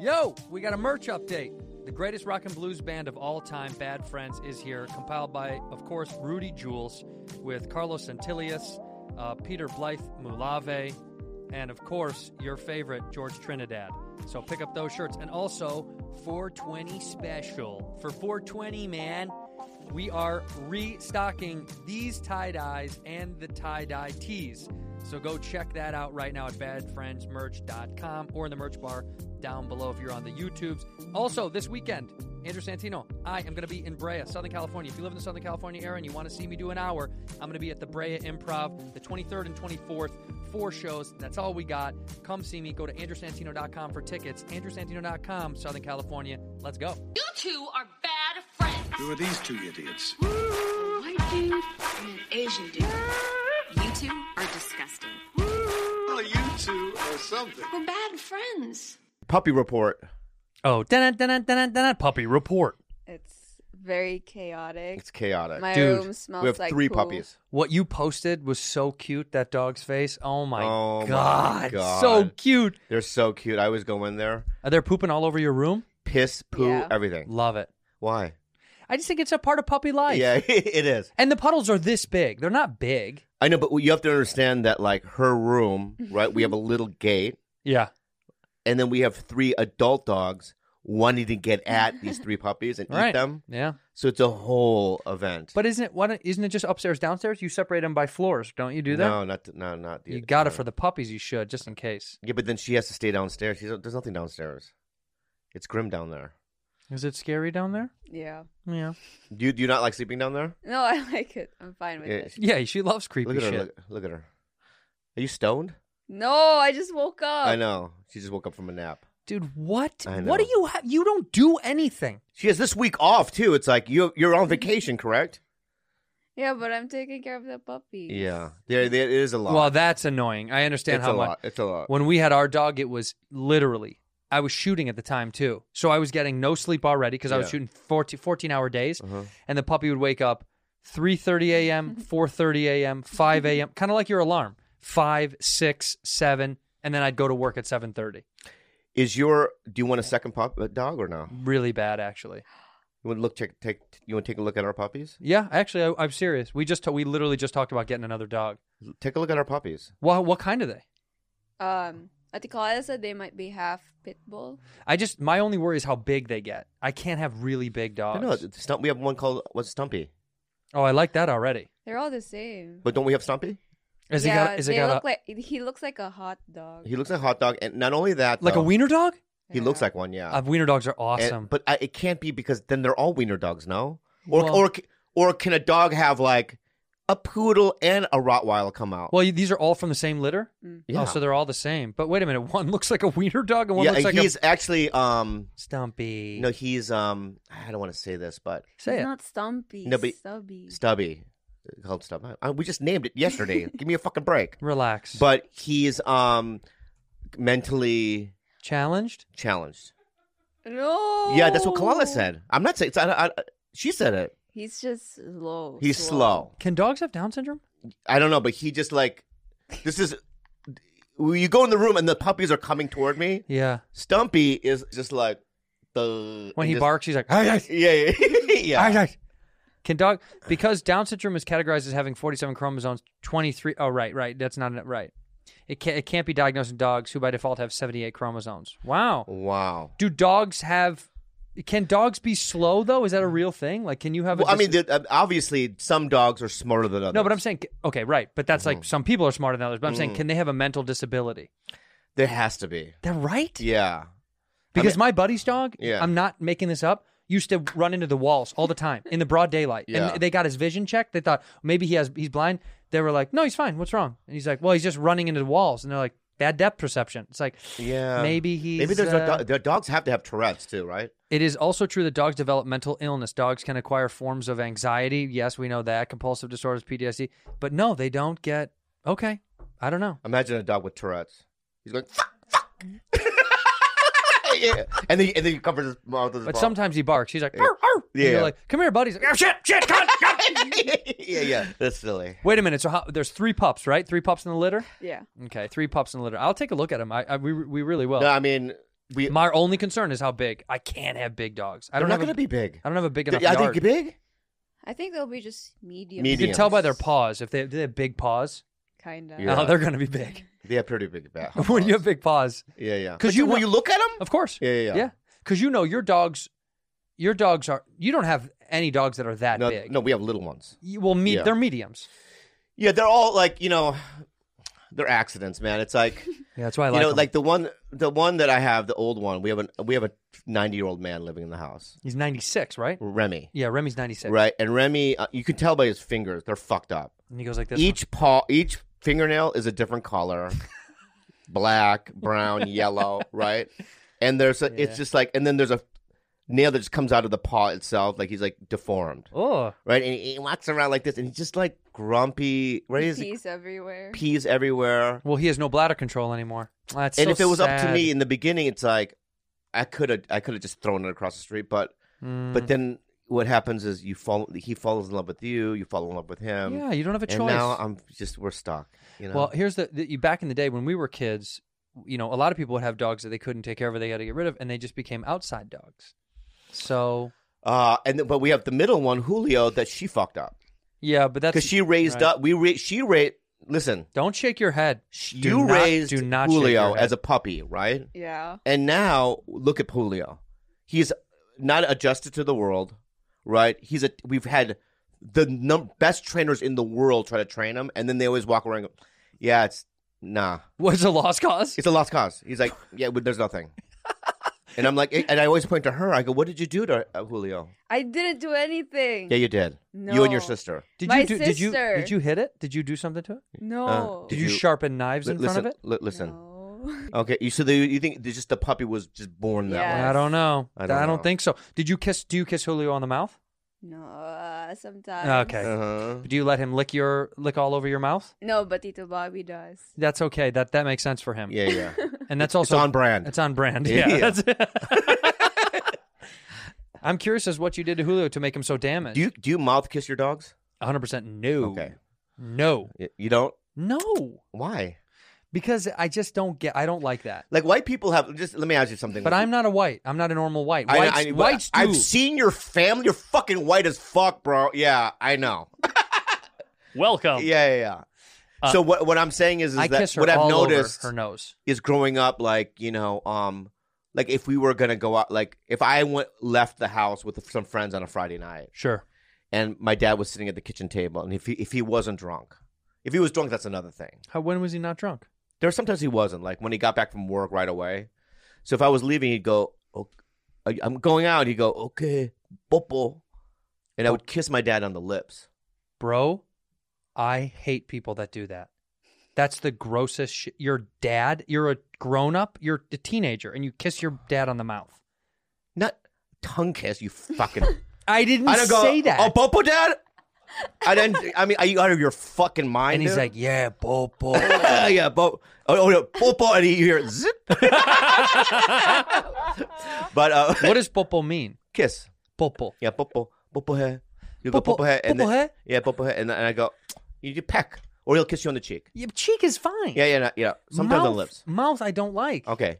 Yo, we got a merch update. The greatest rock and blues band of all time, Bad Friends, is here, compiled by, of course, Rudy Jules, with Carlos Santillius, uh, Peter Blythe Mulave, and of course, your favorite, George Trinidad. So pick up those shirts. And also, 420 special. For 420, man, we are restocking these tie dyes and the tie dye tees. So go check that out right now at badfriendsmerch.com or in the merch bar down below if you're on the YouTubes. Also, this weekend, Andrew Santino, I am going to be in Brea, Southern California. If you live in the Southern California area and you want to see me do an hour, I'm going to be at the Brea Improv the 23rd and 24th. Four shows. That's all we got. Come see me. Go to andrewsantino.com for tickets. andrewsantino.com, Southern California. Let's go. You two are bad friends. Who are these two idiots? White dude and an Asian dude. You two are disgusting. Well, you two or something. We're bad friends. Puppy Report. Oh, dun dun dun dun puppy report. It's very chaotic. It's chaotic. My Dude, room smells we have like three poo. puppies. What you posted was so cute. That dog's face. Oh my, Oh my god. God. so cute. They're so cute. I always go in there, Are they pooping all over your room? piss, poo, Yeah. everything. Love it. Why? I just think it's a part of puppy life. Yeah, it is. And the puddles are this big. They're not big. I know, but you have to understand that, like, her room, right? We have a little gate, Yeah. and then we have three adult dogs wanting to get at these three puppies and Right. eat them. Yeah. So it's a whole event. But isn't it why don't, isn't it just upstairs downstairs? You separate them by floors, don't you do that? No, not no, not the, you got it no. for the puppies. You should just in case. Yeah, but then she has to stay downstairs. She's, there's nothing downstairs. It's grim down there. Is it scary down there? Yeah. Yeah. Do you, do you not like sleeping down there? No, I like it. I'm fine with Yeah, it. she- Yeah. She loves creepy Look at her. shit. Look, look at her. Are you stoned? No, I just woke up. I know. She just woke up from a nap. Dude, what? I What do know. you have? You don't do anything. She has this week off too. It's like you you're on vacation, correct? Yeah, but I'm taking care of the puppy. Yeah. There, there it is a lot. Well, that's annoying. I understand it's how a much. lot. It's a lot. Uh, When we had our dog, it was literally, I was shooting at the time too. So I was getting no sleep already because I was Yeah. Uh-huh. shooting 14, 14 hour days. And the puppy would wake up 3.30 a.m., 4.30 a.m., 5 a.m., kind of like your alarm, 5, 6, 7. And then I'd go to work at 7.30. Is your do you want a second pup uh, dog or no? Really bad, actually. You want to look check take you want to take a look at our puppies? Yeah, actually, I, I'm serious. We just, ta- we literally just talked about getting another dog. Take a look at our puppies. Well, what kind are they? Um, Atikala said they might be half pit bull. I just, my only worry is how big they get. I can't have really big I dogs. know it's Stump, we have one called what's Stumpy. oh, I like that already. They're all the same. But don't we have Stumpy? Is yeah, he got, is they he got look a, like he looks like a hot dog. He looks like a hot dog and not only that like a though, wiener dog? He looks like one, yeah. Uh, wiener dogs are And- awesome. but I, it can't be because then they're all wiener dogs, no? Or Well- or or can a dog have like a poodle and a Rottweiler come out? well, you- these are all from the same litter. yeah. Oh, so they're all the same. But wait a minute, one looks like a wiener dog and one yeah, looks like he's a actually um stumpy. no, he's um I don't want to say this, but say He's it. not stumpy. No, but- stubby. Stubby called Stubby. Uh, We just named it yesterday. Give me a fucking break. Relax. But he's um mentally challenged. challenged. Oh. no. Yeah, that's what Kalala said. I'm not saying it's, I, I, she said it. He's just slow. He's slow. Can dogs have Down syndrome? I don't know, but he just like this is. when You go in the room and the puppies are coming toward me. Yeah. Stumpy is just like the When and he just- barks, he's like, "Aye, aye, Yeah, yeah, yeah. aye, aye." Can dog because Down syndrome is categorized as having 47 chromosomes, 23. Oh, right, right. That's not right. It can't. It can't be diagnosed in dogs who, by default, have 78 chromosomes. Wow. Wow. Do dogs have? Can dogs be slow though? Is that a real thing? Like, can you have? Well, a I dis- mean, the- uh, obviously, some dogs are smarter than others. No, but I'm saying okay, right. But that's Mm-hmm. like some people are smarter than others. But I'm saying, can they have a mental disability? there has to be. They're right. Yeah. Because my buddy's dog, Yeah. I'm not making this up, used to run into the walls all the time in the broad daylight. Yeah. And they got his vision checked. They thought maybe he has he's blind. They were like, no, he's fine. What's wrong? And he's like, well, he's just running into the walls. And they're like, bad depth perception. It's like Yeah. maybe he's Maybe there's uh, no dog the dogs have to have Tourette's too, right? It is also true that dogs develop mental illness. Dogs can acquire forms of anxiety. Yes, we know that. Compulsive disorders, PTSD. But no, they don't get. Okay. I don't know. Imagine a dog with Tourette's. He's going fuck, fuck. yeah. And then and then he covers his mouth with his But paw. sometimes he barks. He's like, "Arr, arr." And Yeah. you're like, come here, buddy. He's like, "Ah, shit, shit, cunt, cunt." yeah, yeah. That's silly. Wait a minute. So how, there's three pups, right? Three pups in the litter? Yeah. Okay, three pups in the litter. I'll take a look at them. I, I we, we really will. no, I mean we My only concern is how big. I can't have big dogs. I they're don't not have gonna a, be big. I don't have a big Th- enough Are yard. they big? I think they'll be just medium. you can Medium. tell by their paws. If they, do they have big paws, Kinda. Yeah. oh, they're going to be big. They have pretty big bat. when you have big paws, Yeah, yeah. 'Cause But you will know- you look at them? Of course. Yeah, yeah, yeah. Because you know your dogs, your dogs are. You don't have any dogs that are that No, big. no, we have little ones. You, well, me, Yeah. they're mediums. Yeah, they're all like you know, they're accidents, man. It's like Yeah, that's why I you like. know, 'em. like the one, the one that I have, the old one. We have a we have a ninety year old man living in the house, he's ninety six, right? Remy. Yeah, Remy's ninety six, Right, and Remy, uh, you can tell by his fingers, they're fucked up. And he goes like this. each paw, each fingernail is a different color, black, brown, yellow, right? And there's a, Yeah. it's just like, and then there's a nail that just comes out of the paw itself, like he's like deformed, one. Oh, right? And he, he walks around like this, and he's just like grumpy, right? He's Peas everywhere. peas everywhere. well, he has no bladder control anymore. That's and so if it was up to sad. me in the beginning, it's like I could have I could have just thrown it across the street, but Mm. but then what happens is you fall he falls in love with you, you fall in love with him, yeah, you don't have a and choice. now I'm just we're stuck. You know, Well, here's the, the you back in the day when we were kids, you know, a lot of people would have dogs that they couldn't take care of, or they had to get rid of, and they just became outside dogs. So uh, and then, but we have the middle one, Julio, that she fucked up yeah, but that's because she raised right. up. We ra- she raised. Listen, Don't shake your head. sh- Do you not- raised do not shake Julio your head. as a puppy, right? Yeah. And now look at Julio. He's not adjusted to the world, right? He's a we've had the num- best trainers in the world try to train him and then they always walk around and go, "Yeah, it's nah. What's a lost cause? It's a lost cause." He's like, "Yeah, but there's nothing." and I'm like, eh, and I always point to her. I go, "What did you do to uh, Julio?" I didn't do anything. Yeah, you did. You and your No. sister. Did My you do, did you sister. did you hit it? Did you do something to it? No. Uh, Did Did you, you- sharpen knives Li- in listen, front of it? li- listen. No. Okay, you so the, you think that just the puppy was just born that Yeah. way? I don't know. I I don't, don't know. think so. Did you kiss? Do you kiss Julio on the mouth? no. Uh, sometimes. Okay. Uh-huh. Do you let him lick your lick all over your mouth? No, but Tito Bobby does. That's okay. That that makes sense for him. Yeah, yeah. and that's it's also on brand. It's on brand. Yeah. Yeah. that's- I'm curious as what you did to Julio to make him so damaged. do you do you mouth kiss your dogs? 100% no. Okay. No. Y- You don't? No. Why? Because I just don't get. I don't like that. Like white people have. Just let me ask you something. But I'm not a white. I'm not a normal white. Mm-hmm. I- Whites, I- but whites do. I've seen your family. You're fucking white as fuck, bro. Yeah, I know. Welcome. Yeah, yeah, yeah. so what what I'm saying is, is Oh. Uh, I that kiss her what I've all noticed over her nose. is growing up, like you know, um, like if we were gonna go out, like if I went left the house with some friends on a Friday night, Sure. and my dad was sitting at the kitchen table, and if he if he wasn't drunk, if he was drunk, that's another thing. How, when was he not drunk? There were sometimes he wasn't, like when he got back from work right away. So if I was leaving, he'd go, "Oh, I- I'm going out. He'd go, okay, popo. And I would kiss my dad on the lips. Bro, I hate people that do that. That's the grossest shit. Your dad, you're a grown up, you're a teenager, and you kiss your dad on the mouth. Not tongue kiss, you fucking. I didn't I don't go, say that. oh, popo, dad? I didn't, I mean, are you out of your fucking mind? and he's dude? like, yeah, Bobo. yeah, yeah, bo- oh, oh, no, popo, and you hear zip. but uh, what does Bobo mean? kiss. Bobo. Yeah, popo, popo hair. You go Popo- popo hair, and popo then- hair? yeah, popo hair, and, and I go, you, you peck, or he'll kiss you on the cheek. Your cheek is fine. Yeah, yeah, no, yeah. Sometimes mouth, on lips. Mouth, I don't like. Okay.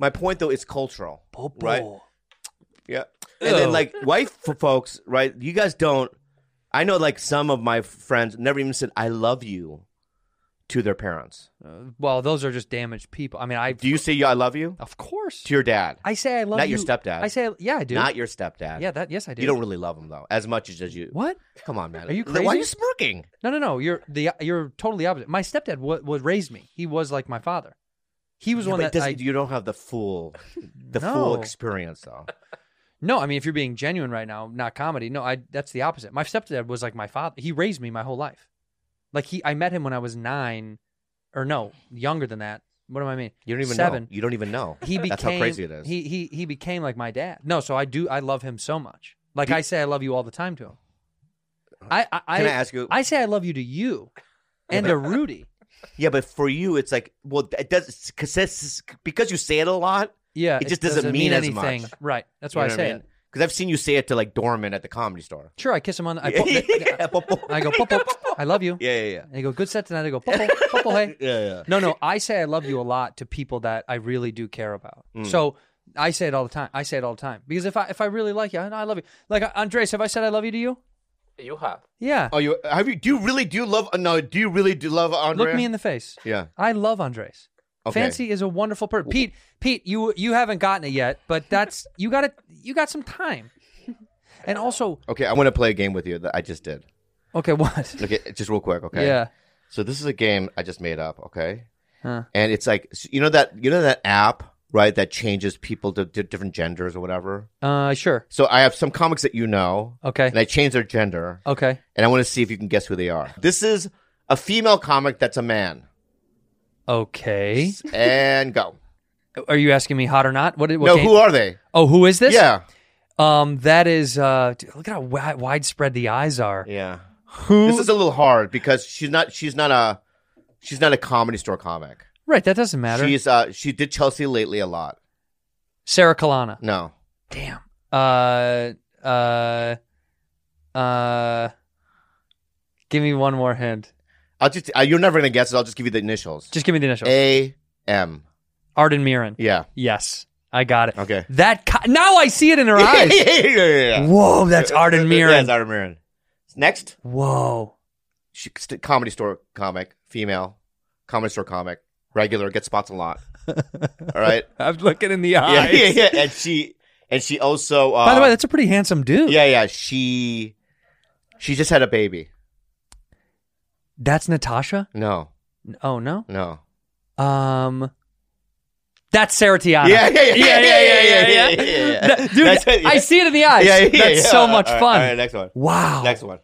My point though is cultural, Bobo. right? Yeah. And then Ew. like white f- folks, right? You guys don't. I know like some of my friends never even said "I love you" to their parents. Uh, Well, those are just damaged people. I mean, I. Do you say "I love you" Of course. to your dad? I say I love Not you. your stepdad. I say, yeah, I do. Not your stepdad. Yeah, that. Yes, I do. You don't really love him though, as much as as you. What? Come on, man. Are you Why are crazy? you smirking? No, no, no. You're the. You're totally opposite. My stepdad was, was raised me. He was like my father. He was Yeah, one but it that doesn't- I, you don't have the full the No. full experience though. No, I mean, if you're being genuine right now, not comedy. No, I that's the opposite. My stepdad was like my father. He raised me my whole life. Like he, I met him when I was nine, or no, younger than that, What do I mean? You don't even Seven. know. You don't even know. He became That's how crazy it is. He he he became like my dad. No, so I do I love him so much. Like I say I love you all the time to him. I I, Can I ask you- I say I love you to you and to Rudy. yeah, but for you, it's like, well, it does because because you say it a lot. Yeah. It just doesn't mean as much. anything. Right. That's why I say it. Because I've seen you say it to like Dorman at the comedy store. Sure, I kiss him on the I, yeah, pop- yeah, I go, Popo, I love you. yeah, yeah, And they go, good set tonight. I go, Popo, Popo, hey. yeah, yeah. No, no, I say I love you a lot to people that I really do care about. Mm. So I say it all the time. I say it all the time because if I if I really like you, I know I love you. Like uh, Andres, have I said I love you to you? You have. Yeah. Oh, you have you? Do you really do love? No, do you really do love Andrea? Look me in the face. Yeah. I love Andres. Okay. Fancy is a wonderful person. Pete, Pete, you you haven't gotten it yet, but that's you got it. You got some time. And also, Okay, I want to play a game with you that I just did. okay, what? Okay, just real quick. Okay. Yeah. So this is a game I just made up. Okay. Huh. And it's like so you know that you know that app right that changes people to, to different genders or whatever. Uh, sure. So I have some comics that you know, Okay. and I change their gender, Okay. and I want to see if you can guess who they are. This is a female comic that's a man. Okay. And go. Are you asking me hot or not? What? what no, game- who are they? Oh, who is this? yeah. Um, that is. Uh, dude, look at how wi- widespread the eyes are. Yeah. Who? This is a little hard because she's not she's not a she's not a comedy store comic. right. That doesn't matter. She's uh she did Chelsea lately a lot. Sarah Kalana. No. Damn. Uh. Uh. Uh. Give me one more hint. I'll just uh, you're never gonna guess it. I'll just give you the initials. Just give me the initials. A M. Arden Mirren. Yeah. Yes, I got it. Okay. That co- now I see it in her yeah, eyes. yeah, yeah, yeah. Whoa, that's Arden Yeah, Mirren. it's Arden Mirren. Next, Whoa. she, st- comedy store comic, female, comedy store comic, regular, gets spots a lot. All right. I'm looking in the Yeah, eyes. yeah, yeah. And she and she also. Uh, By the way, that's a pretty handsome dude. yeah, yeah. She she just had a baby. That's Natasha? No, Oh no. no. Um, that's Sarah Tiana. Yeah, Uh-huh. yeah, yeah, yeah, yeah, yeah, yeah, yeah. yeah, yeah, yeah. That- dude, That's it, I yeah. see it in the eyes. that's so All right, much all right, fun. All right, next one. Wow. Next one.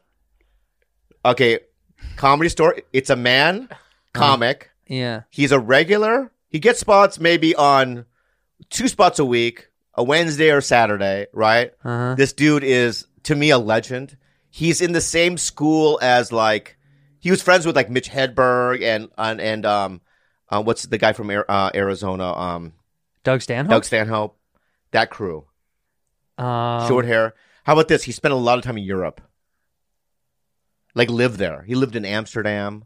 Okay, comedy store. It's a man, comic. Yeah. He's a regular. He gets spots maybe on two spots a week, a Wednesday or Saturday, right? Uh-huh. This dude is to me a legend. He's in the same school as like he was friends with like Mitch Hedberg and and, and um uh, what's the guy from Ar- uh, Arizona um Doug Stanhope. Doug Stanhope, that crew, Um, short hair. How about this? He spent a lot of time in Europe, like lived there. He lived in Amsterdam.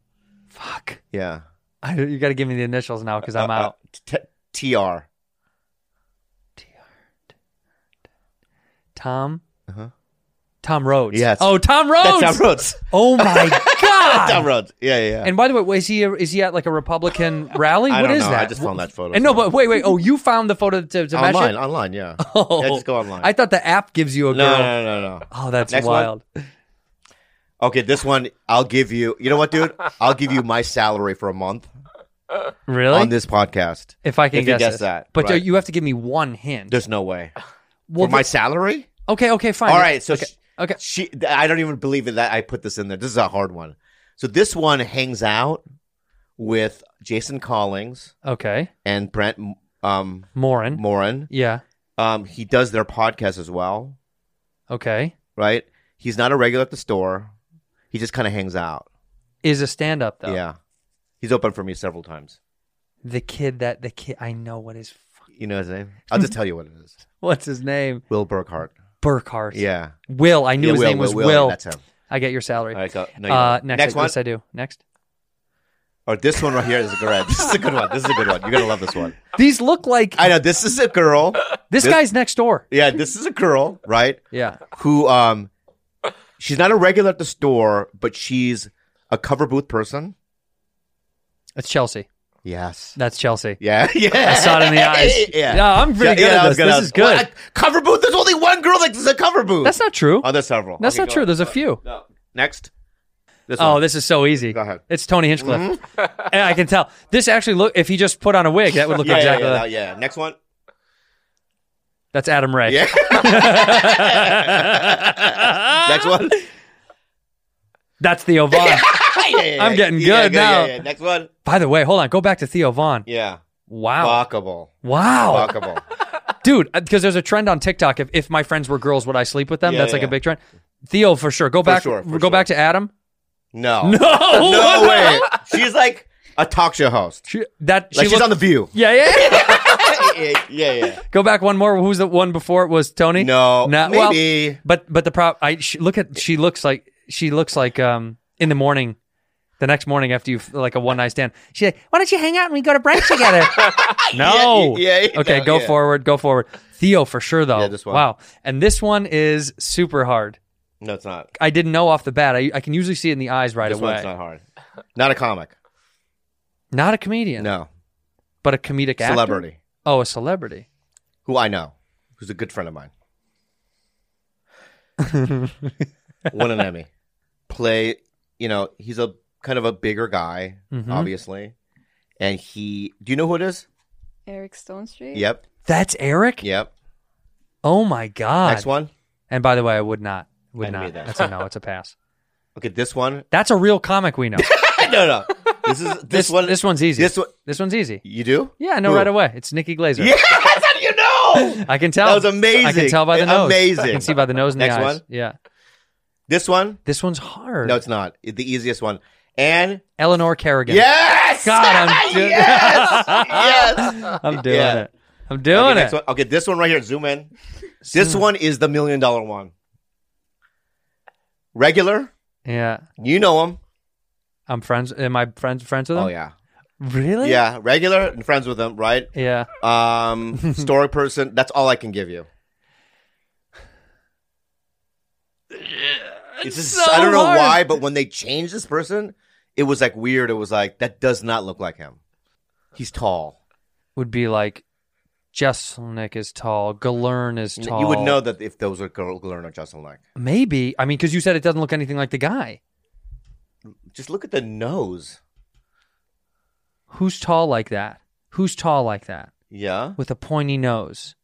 Fuck. Yeah, I, you got to give me the initials now because I'm Uh, uh, out. T- T- Tr. Tom. Uh-huh. Tom Rhodes. Yes. Oh, Tom Rhodes. That's Tom Rhodes. Oh my god. Tom Rhodes. Yeah, yeah. yeah. And by the way, was he is he at like a Republican rally? I What don't is know. that? I just found that photo. And no, but wait, wait. Oh, you found the photo to, to match online, it? online, yeah. Oh. Yeah, just go online. I thought the app gives you a no, girl. no, no, no, no. Oh, that's Next one. wild. Okay, this one I'll give you. You know what, dude? I'll give you my salary for a month Really? on this podcast. if I can if you guess, guess it. that, but right. you have to give me one hint. There's no way well, for my the- salary. okay, okay, fine. All right, so okay, sh- okay. she. th- I don't even believe that I put this in there. This is a hard one. So this one hangs out with Jason Collins okay. and Brent um, Morin. Morin. yeah. Um, he does their podcast as well. Okay. right? He's not a regular at the store. He just kind of hangs out. Is a stand up though. Yeah. He's opened for me several times. The kid that the kid I know what his fu- You know his name? I'll just tell you what it is. what's his name? Will Burkhart. Burkhart. Yeah. Will. I knew Yeah, his Will, name was Will, Will. That's him. I get your salary. All right, go. No, you uh, don't. next, Next I, one? Yes, I do. Next. Or this one right here is a girl. This is a good one. This is a good one. You're gonna love this one. These look like I know. This is a girl. this, this- guy's next door. Yeah, this is a girl, right? Yeah. Who um she's not a regular at the store, but she's a cover booth person. It's Chelsea. Yes. That's Chelsea. Yeah, yeah. I saw it in the eyes. Yeah. No, I'm pretty Yeah, good yeah, I at was this. gonna- This is good. Well, I- cover booth. There's only one girl that does a cover booth. That's not true. Oh, there's several. That's Okay, not go true. on. There's a few. No. Next. This Oh, one. this is so easy. Go ahead. Mm-hmm. It's Tony Hinchcliffe. and I can tell. This actually look if he just put on a wig, that would look yeah, yeah, exactly yeah, like- uh, that- yeah. Next one. That's Adam Ray. Yeah. Next one. That's Theo Vaughn. Yeah, yeah, yeah, I'm getting yeah, good now. Yeah, yeah. Next one. By the way, hold on, go back to Theo Vaughn. Yeah. Wow. Fuckable. Wow. Fuckable. Dude, because there's a trend on TikTok. If, if my friends were girls, would I sleep with them? Yeah, That's like yeah. a big trend. Theo, for sure. Go back. sure, for go sure. back to Adam. No. No. No way. She's like a talk show host. She, that she Like she's looked- on the View. Yeah, yeah. yeah. yeah, yeah. go back one more. Who's the one before it was Tony? No, Nah, well, maybe. But but the prop. I she, look at. She looks like she looks like um in the morning, the next morning after you have like a one night stand. She's like, why don't you hang out and we go to brunch together? no. Yeah, yeah, yeah, okay, no, go yeah. forward. Go forward. Theo for sure though. Yeah, this one. Wow. And this one is super hard. no, it's not. I didn't know off the bat. I, I can usually see it in the eyes right this away. one's not hard. Not a comic. Not a comedian. No, But a comedic actor? celebrity Oh, a celebrity. who I know, who's a good friend of mine. Won an Emmy. Play. You know, he's a kind of a bigger guy, Mhm. obviously, and he. Do you know who it is? Eric Stone Street. Yep. That's Eric? Yep. Oh my god. Next one. And by the way, I would not. Would I knew not. that. That's a no, it's a pass. Okay, this one. That's a real comic we know. this, no, no. This is this, one. this one's easy. This one. This one's easy. You do? Yeah, I know Who? right away. It's Nikki Glazer. Yes, how do you know? I can tell. That was I can amazing. tell by the nose. I Amazing. can see by the nose and Next the eyes. one. Yeah. This one? This one's hard. No, it's not. It- The easiest one. And Eleanor Kerrigan. yes, God, I'm doing yes, yes. I'm doing Yeah. it. I'm doing okay, it. Hmm. next one. Okay, this one right here. Zoom in. This one is the million dollar one. Regular, Yeah. you know him. I'm friends am I friends friends with him? Oh yeah, Really? yeah. Regular and friends with him, right? Yeah. Um, story person. That's all I can give you. It's just, so I don't know hard. why, but when they changed this person, it was like weird. It was like that does not look like him. He's tall. Would be like Jesselnick is tall. Galern is N- tall. You would know that if those were girl, girl or Justin like. Maybe. I mean, because you said it doesn't look anything like the guy. Just look at the nose. Who's tall like that? Who's tall like that? Yeah, With a pointy nose.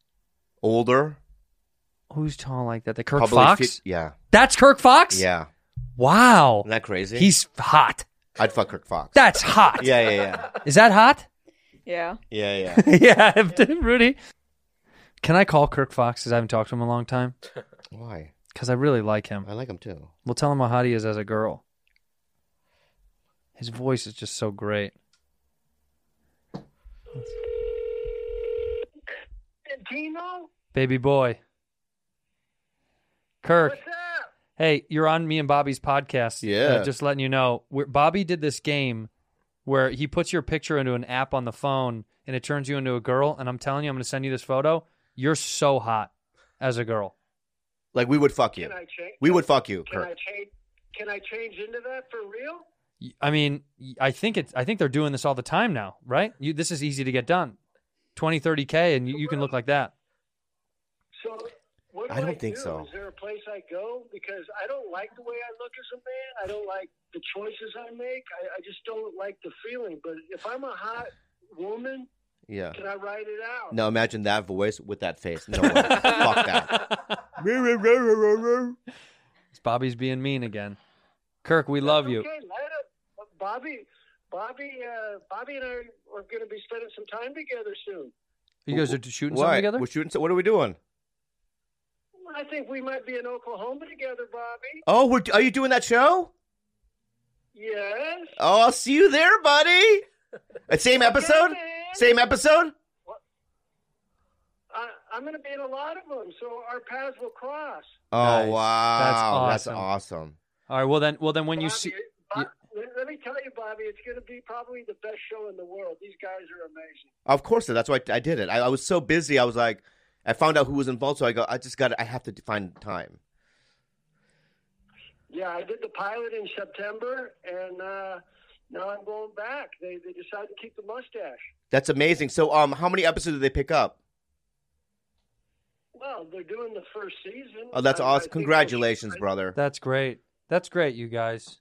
older. Who's tall like that? The Kirk probably Fox? fit- yeah, That's Kirk Fox? yeah. Wow. Isn't that crazy? He's hot. I'd fuck Kirk Fox. That's hot. yeah, yeah, yeah, Is that hot? Yeah. yeah, yeah. yeah, Rudy. Can I call Kirk Fox? Because I haven't talked to him in a long time. Why? Because I really like him. I like him too. We'll tell him how hot he is as a girl. His voice is just so great. Dino, Baby boy. Kirk. what's up? Hey, you're on me and Bobby's podcast. Yeah. Uh, just letting you know, we Bobby did this game where he puts your picture into an app on the phone and it turns you into a girl. And I'm telling you, I'm going to send you this photo. You're so hot as a girl. Like we would fuck you. Can I change? We would fuck you, Can I Kirk. change? Can I change into that for real? Y- I mean, y- I think it's. I think they're doing this all the time now, right? You, this is easy to get done. 20, 30 k, and you, you can look like that. So, what do I don't I think do? so. Is there a place I go because I don't like the way I look as a man? I don't like the choices I make. I, I just don't like the feeling. But if I'm a hot woman, Yeah. can I write it out? No, imagine that voice with that face. No way. fuck that. It's Bobby's being mean again. Kirk, we love you. Okay, light up, Bobby. Bobby, uh, Bobby, and I are going to be spending some time together soon. You guys are t- shooting Why? something together. We're shooting. so- What are we doing? I think we might be in Oklahoma together, Bobby. Oh, we're, are you doing that show? Yes. Oh, I'll see you there, buddy. Uh, Same episode? Same episode? I, I'm going to be in a lot of them, so our paths will cross. Oh, Nice. wow. That's awesome. awesome. All right. Well then. Well then, when you Bobby, see. Bob, let, let me tell you, Bobby, it's going to be probably the best show in the world. These guys are amazing. Of course, that's why I, I did it. I, I was so busy. I was like, I found out who was involved, so I go, I just got to, I have to find time. Yeah, I did the pilot in September, and uh, now I'm going back. They, they decided to keep the mustache. That's amazing. So, um, how many episodes did they pick up? Well, they're doing the first season. Oh, that's I- I awesome. think- Congratulations, I- brother. That's great. That's great, you guys.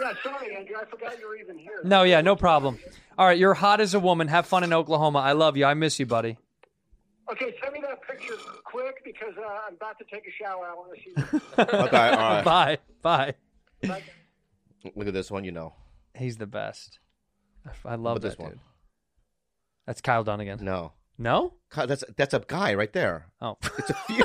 Yeah, sorry, Andrew. I forgot you were even here. No, yeah, no problem. All right, you're hot as a woman. Have fun in Oklahoma. I love you. I miss you, buddy. Okay, send me that picture quick because uh, I'm about to take a shower. I want to see. you. Okay, all right. Bye. Bye. Look at this one, you know. He's the best. I How love about that this one. dude. That's Kyle Dunnigan. No, No? God, that's that's a guy right there. Oh. It's a few.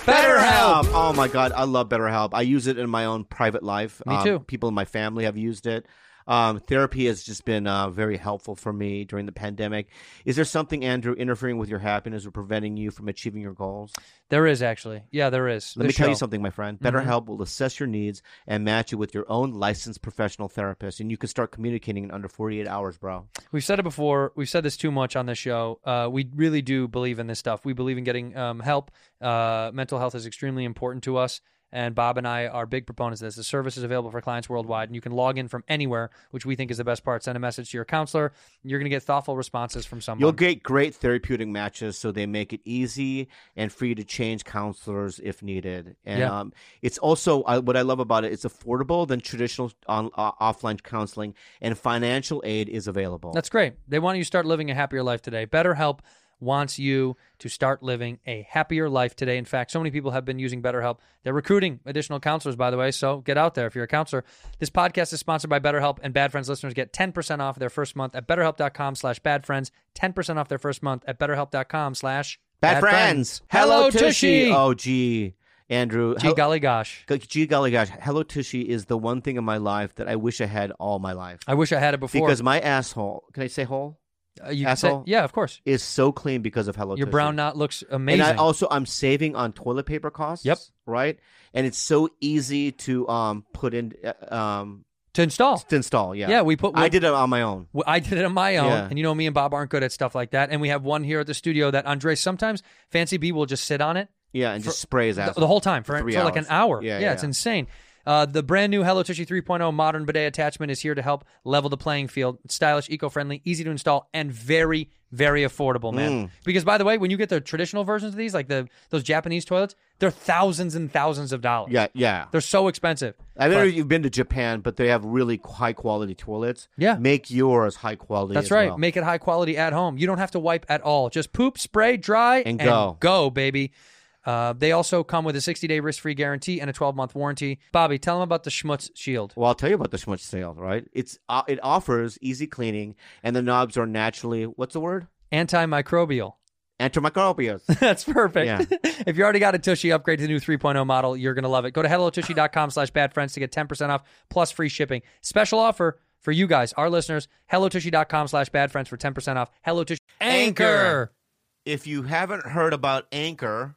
BetterHelp. Oh my god, I love BetterHelp. I use it in my own private life. Me Um, too. People in my family have used it. Um, therapy has just been uh, very helpful for me during the pandemic. Is there something, Andrew, interfering with your happiness or preventing you from achieving your goals? There is actually. Yeah, there is. Let The me tell you show. Mm-hmm. something, my friend. BetterHelp will assess your needs and match you with your own licensed professional therapist, and you can start communicating in under 48 hours, bro. We've said it before. We've said this too much on this show. Uh, we really do believe in this stuff. We believe in getting um, help. Uh, mental health is extremely important to us. And Bob and I are big proponents of this. The service is available for clients worldwide, and you can log in from anywhere, which we think is the best part. Send a message to your counselor. You're going to get thoughtful responses from someone. You'll get great therapeutic matches, so they make it easy and free to change counselors if needed. And Yeah. um, it's also I, what I love about it: it's affordable than traditional on, uh, offline counseling, and financial aid is available. That's great. They want you to start living a happier life today. BetterHelp wants you to start living a happier life today. In fact, so many people have been using BetterHelp. They're recruiting additional counselors, by the way. So get out there if you're a counselor. This podcast is sponsored by BetterHelp, and Bad Friends listeners get 10% off their first month at betterhelp.com slash badfriends. 10% off their first month at betterhelp.com slash bad, friends. Hello, Tushy. Oh, gee, Andrew. Gee hel- golly gosh. g- Gee golly gosh, Hello Tushy is the one thing in my life that I wish I had all my life. I wish I had it before. Because my asshole, can I say hole? Uh, you can say- asshole. yeah, of course. Is so clean because of Hello Your Tushy. brown knot looks amazing. And I also I'm saving on toilet paper costs. Yep. Right. And it's so easy to um put in uh, um to install. to install. Yeah. Oh. Yeah, we put- I did it on my own. Well, I did it on my own, Yeah. and you know me and Bob aren't good at stuff like that. And we have one here at the studio that Andre sometimes Fancy B will just sit on it Yeah, and just spray his the, ass. the whole time for, Three for like an hours. hour. Yeah, it's yeah. insane. Uh, the brand new Hello Tushy 3.0 modern bidet attachment is here to help level the playing field. It's stylish, eco-friendly, easy to install, and very, very affordable, man. Mm. Because by the way, when you get the traditional versions of these, like the those Japanese toilets, they're thousands and thousands of dollars. Yeah, yeah. they're so expensive. I don't know if you've been to Japan, but they have really high quality toilets. Yeah. Make yours high quality. That's as right. well. Make it high quality at home. You don't have to wipe at all. Just poop, spray, dry, And go. Go, baby. Uh, they also come with a 60 day risk free guarantee and a 12 month warranty. Bobby, tell them about the Schmutz Shield. Well, I'll tell you about the Schmutz sale, right? It's uh, it offers easy cleaning, and the knobs are naturally what's the word? Antimicrobial. Antimicrobials. That's perfect. Yeah. if you already got a Tushy, upgrade to the new 3.0 model. You're going to love it. Go to hellotushy.com slash badfriends to get 10% off plus free shipping. Special offer for you guys, our listeners, hellotushy.com slash badfriends for 10% off. Hello Tushy. Anchor. if you haven't heard about Anchor,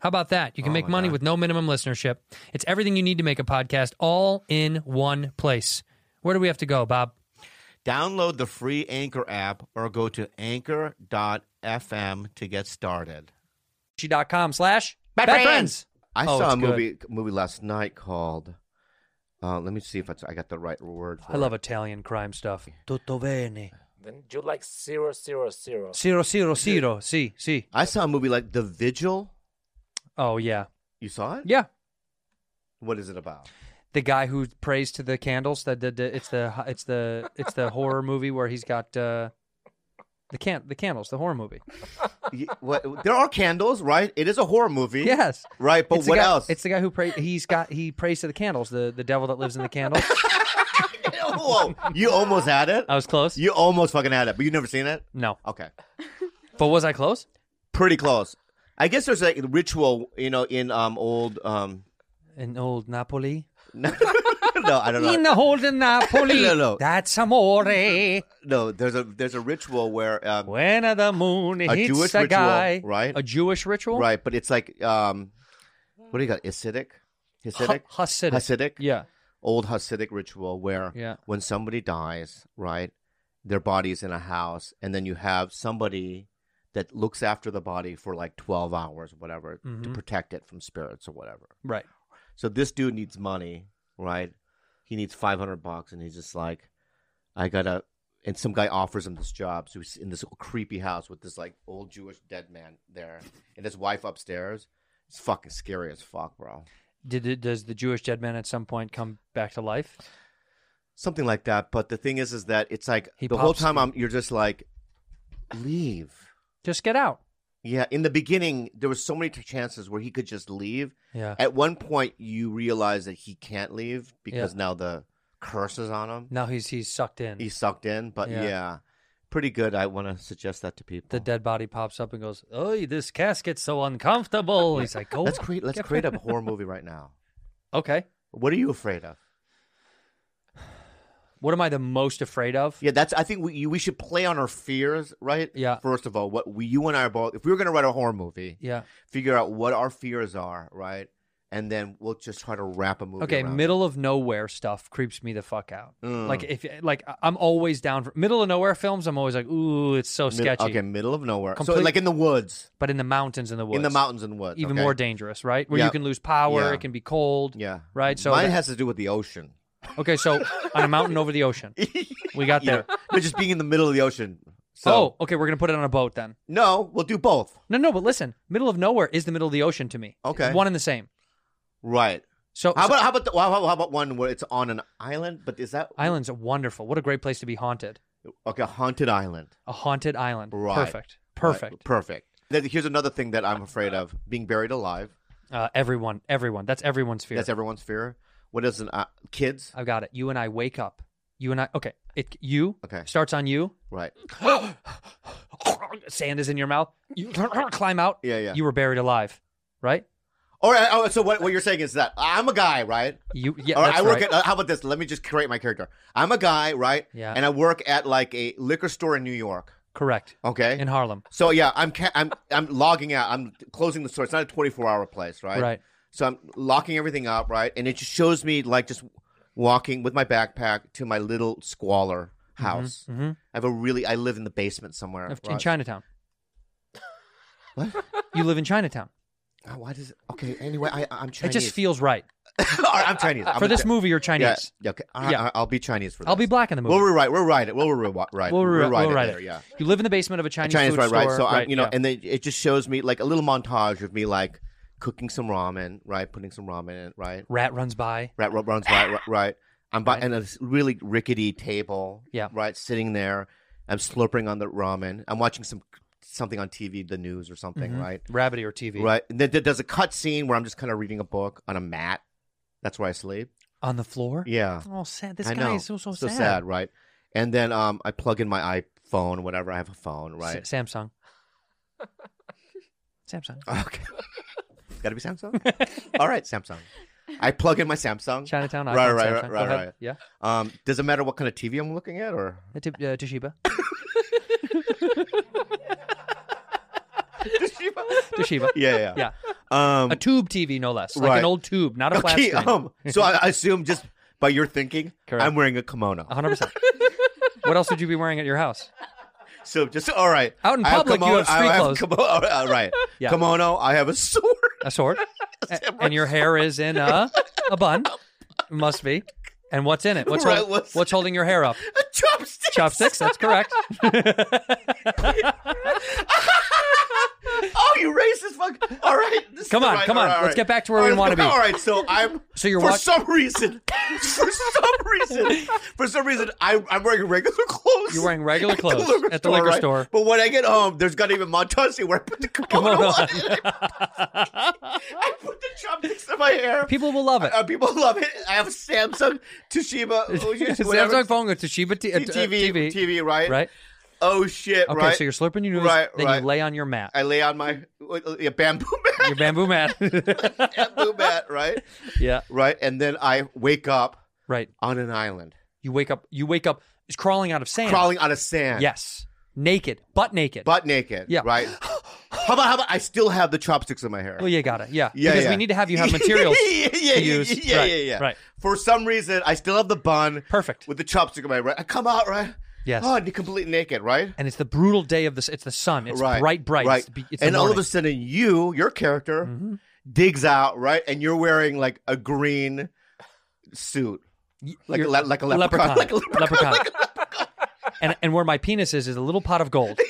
How about that? You can make money with no minimum listenership. It's everything you need to make a podcast all in one place. Where do we have to go, Bob? Download the free Anchor app or go to anchor.fm to get started. She.com slash Bad Bad Friends. I Oh, saw it's a good. movie movie last night called. Uh, let me see if it's, I got the right word. For I love Italian crime stuff. Tutto bene. Then do like zero zero zero. Ciro, Ciro, Ciro. Si, si. I saw a movie like The Vigil. Oh, yeah. You saw it? Yeah. What is it about? The guy who prays to the candles that did the, it's the it's the it's the horror movie where he's got uh, the can the candles the horror movie. Y- what, there are candles, right? It is a horror movie. Yes. Right, but It's the what guy- else? It's the guy who prays. He's got he prays to the candles, the the devil that lives in the candles. Whoa, you almost had it. I was close. You almost fucking had it, but you've never seen it. no, Okay, but was I close? pretty close. I guess there's like ritual, you know, in um old um. In old Napoli. No, I don't know. In the old Napoli. No, no. That's amore. No, there's a there's a ritual where um, When the moon A hits Jewish the ritual, guy. right? A Jewish ritual. Right, but it's like um, what do you got? Hasidic, Ha- Hasidic, Hasidic. Hasidic, Yeah. old Hasidic ritual where Yeah. when somebody dies, right, their body's in a house, and then you have somebody that looks after the body for like twelve hours, whatever, to Mhm. protect it from spirits or whatever. Right. So this dude needs money, right? He needs five hundred bucks, and he's just like, I gotta and some guy offers him this job. So he's in this creepy house with this like old Jewish dead man there and his wife upstairs. It's fucking scary as fuck, bro. Did it, does the Jewish dead man at some point come back to life? Something like that. But the thing is, is that it's like He the whole pops time the- I'm, you're just like, leave. Just get out. Yeah. In the beginning, there was so many t- chances where he could just leave. Yeah. At one point, you realize that he can't leave because now the curse is on him. Now he's he's sucked in. He's sucked in. But Yeah. yeah, pretty good. I want to suggest that to people. the dead body pops up and goes, "Oh, this casket's so uncomfortable." He's like, "Go." Let's create. Let's get create rid a horror movie right now. Okay. What are you afraid of? What am I the most afraid of? Yeah, that's. I think we you, we should play on our fears, right? Yeah. First of all, what we, you and I are both. If we were going to write a horror movie, Yeah. figure out what our fears are, right? And then we'll just try to wrap a movie. Okay, around middle of nowhere stuff creeps me the fuck out. Mm. Like if like I'm always down for middle of nowhere films. I'm always like, ooh, it's so it. Mid- sketchy. Okay, middle of nowhere. so Complete- like in the woods, But in the mountains and the woods, in the mountains and woods, even okay? more dangerous, right? Where you Yeah. can lose power, Yeah. it can be cold. Yeah. Right, so mine that- has to do with the ocean. Okay, so on a mountain over the ocean, we got there. but just being in the middle of the ocean. So, oh, okay, we're gonna put it on a boat then. no, we'll do both. No, no, but listen, middle of nowhere is the middle of the ocean to me. Okay. It's one and the same. Right. So Oh, How so about how about the, how, how about one where it's on an island? But is that islands are wonderful. What a great place to be haunted. okay? Haunted island. A haunted island. Right. Perfect. Right, Perfect. perfect. Then Here's another thing that I'm afraid of: being buried alive. Uh, everyone, everyone. That's everyone's fear. That's everyone's fear. What is an uh, kids? I've got it. You and I wake up. You and I. Okay. It. You. Okay. Starts on you. Right. Sand is in your mouth. You climb out. Yeah, yeah. You were buried alive, right? All right. Oh, so what, what you're saying is that I'm a guy, right? You. Yeah. All right, that's I work right. at. Uh, how about this? Let me just create my character. I'm a guy, right? Yeah. And I work at like a liquor store in New York. Correct. Okay. In Harlem. so yeah, I'm ca- I'm I'm logging out. I'm closing the store. It's not a 24 hour place, right? Right. So I'm locking everything up, right? And it just shows me like just walking with my backpack to my little squalor house. hmm I have a really I live in the basement somewhere In right? Chinatown. What? You live in Chinatown. Oh, why does it? Okay. Anyway, I I'm Chinese. It just feels right All right, I'm Chinese I'm for a- this movie. You're Yeah, Chinese. Yeah. Okay. All right, Yeah. I'll be Chinese for. This. I'll be black in the movie. We'll rewrite. We'll write it. We'll rewrite. We'll re- rewrite we'll it. write later, it. Yeah. You live in the basement of a Chinese, Chinese food right, right. store, So I'm, you know, yeah. and then it just shows me like a little montage of me like cooking some ramen, right? Putting some ramen in, right? rat runs by. Rat rat runs right, right, right. I'm by and a s- really rickety table, Yeah. right, sitting there. I'm slurping on the ramen. I'm watching some something on TV, the news or Mm-hmm. something, right? Rabbity or TV. Right. And then there- there's a cut scene where I'm just kind of reading a book on a mat. That's where I sleep. On the floor. Yeah. Oh, sad. This I guy know. is so so, so sad. sad. right? And then um, I plug in my iPhone, whatever. I have a phone, right? S- Samsung. Samsung. okay. Got to be Samsung. All right, Samsung. I plug in my Samsung. Chinatown. Right, iPhone, right, Samsung. right, Go right, ahead. right. Yeah. Um, does it matter what kind of TV I'm looking at, or Uh, T- uh, Toshiba. Toshiba. yeah, yeah, Yeah. Um, A tube TV, no less. Like an Right. old tube, not a flat okay, screen. um, so I I assume just by your thinking, Correct. I'm wearing a kimono. 100%. what else would you be wearing at your house? So just all right. Out in I have public, you have street I clothes. Kimono, all right, all right. Yeah. Kimono. I have a sword. A sword. A- and your hair is in a, a bun. Must be. And what's in it? What's, Right, hol- what's- what's holding your hair up? A chopstick. Chopsticks, that's correct. oh, you racist fuck! All right, this is Come the on, right- come on. all right, all Let's right. get back to where All we right, wanna let's go- be. All right, so I'm. So you're for watch- some reason, for some reason, for some reason, I, I'm wearing regular clothes. You're wearing regular clothes at the liquor right? store. But when I get home, there's gonna even montage scene where I put the kimono on. on. I put the chopsticks in my hair. People will love it. Uh, people love it. I have Samsung, Toshiba, oh, whatever. Samsung phone with Toshiba t- uh, t- uh, TV, TV, TV. right? Right? Oh shit! Okay, right. so you're slurping your noodles, Right, then right. you lay on your mat, I lay on my uh, bamboo mat. your bamboo mat. bamboo mat, right? yeah, Right, and then I wake up right. on an island, You wake up. You wake up it's crawling out of sand. crawling on a sand. Yes, naked, butt naked. butt naked. Yeah. right. how about how about I still have the chopsticks in my hair? Well, you got it. Yeah, Yeah, Because we yeah. need to have you have materials yeah, yeah, to yeah, use. yeah, right. yeah, yeah. Right. For some reason, I still have the bun Perfect. with the chopstick in my right. I come out right. Yes. Oh, I'd be completely naked, right? and it's the brutal day of this. It's the sun. It's right. bright, bright. Right. It's, the be- it's Mm-hmm. the and all of morning. a sudden, you, your character, digs out, right? And you're wearing like a green suit. Like a, You're- le- like a leprechaun. Like a leprechaun. leprechaun. and and where my penis is is a little pot of gold,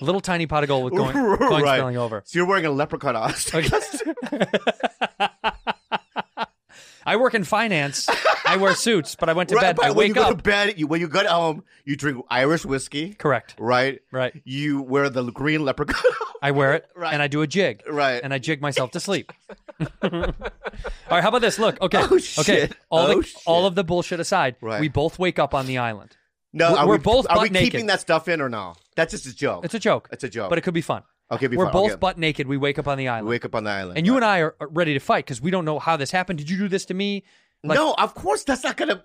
a little tiny pot of gold with going, going Right. spilling over. So you're wearing a leprechaun ostrich. Okay. I work in finance. I wear suits, but I went to Right, bed. but I when you wake go up. to bed, you, when you go to home, you drink Irish whiskey, Correct. right? Right. You wear the green leprechaun, I wear it Right. and I do a jig. right? and I jig myself to sleep. all right, how about this? Look, okay, Oh, shit. okay. All Oh, the all shit. of the bullshit aside, Right. we both wake up on the island. no, we're- are we're we, both are we butt naked. keeping that stuff in or no? That's just a joke. It's a joke, It's a joke. but it could be fun. okay, be We're fine. both okay. butt naked. We wake up on the You island, wake up on the island, and you right. and I are are ready to fight because we don't know how this happened. Did you do this to me? like- no, of course that's not gonna.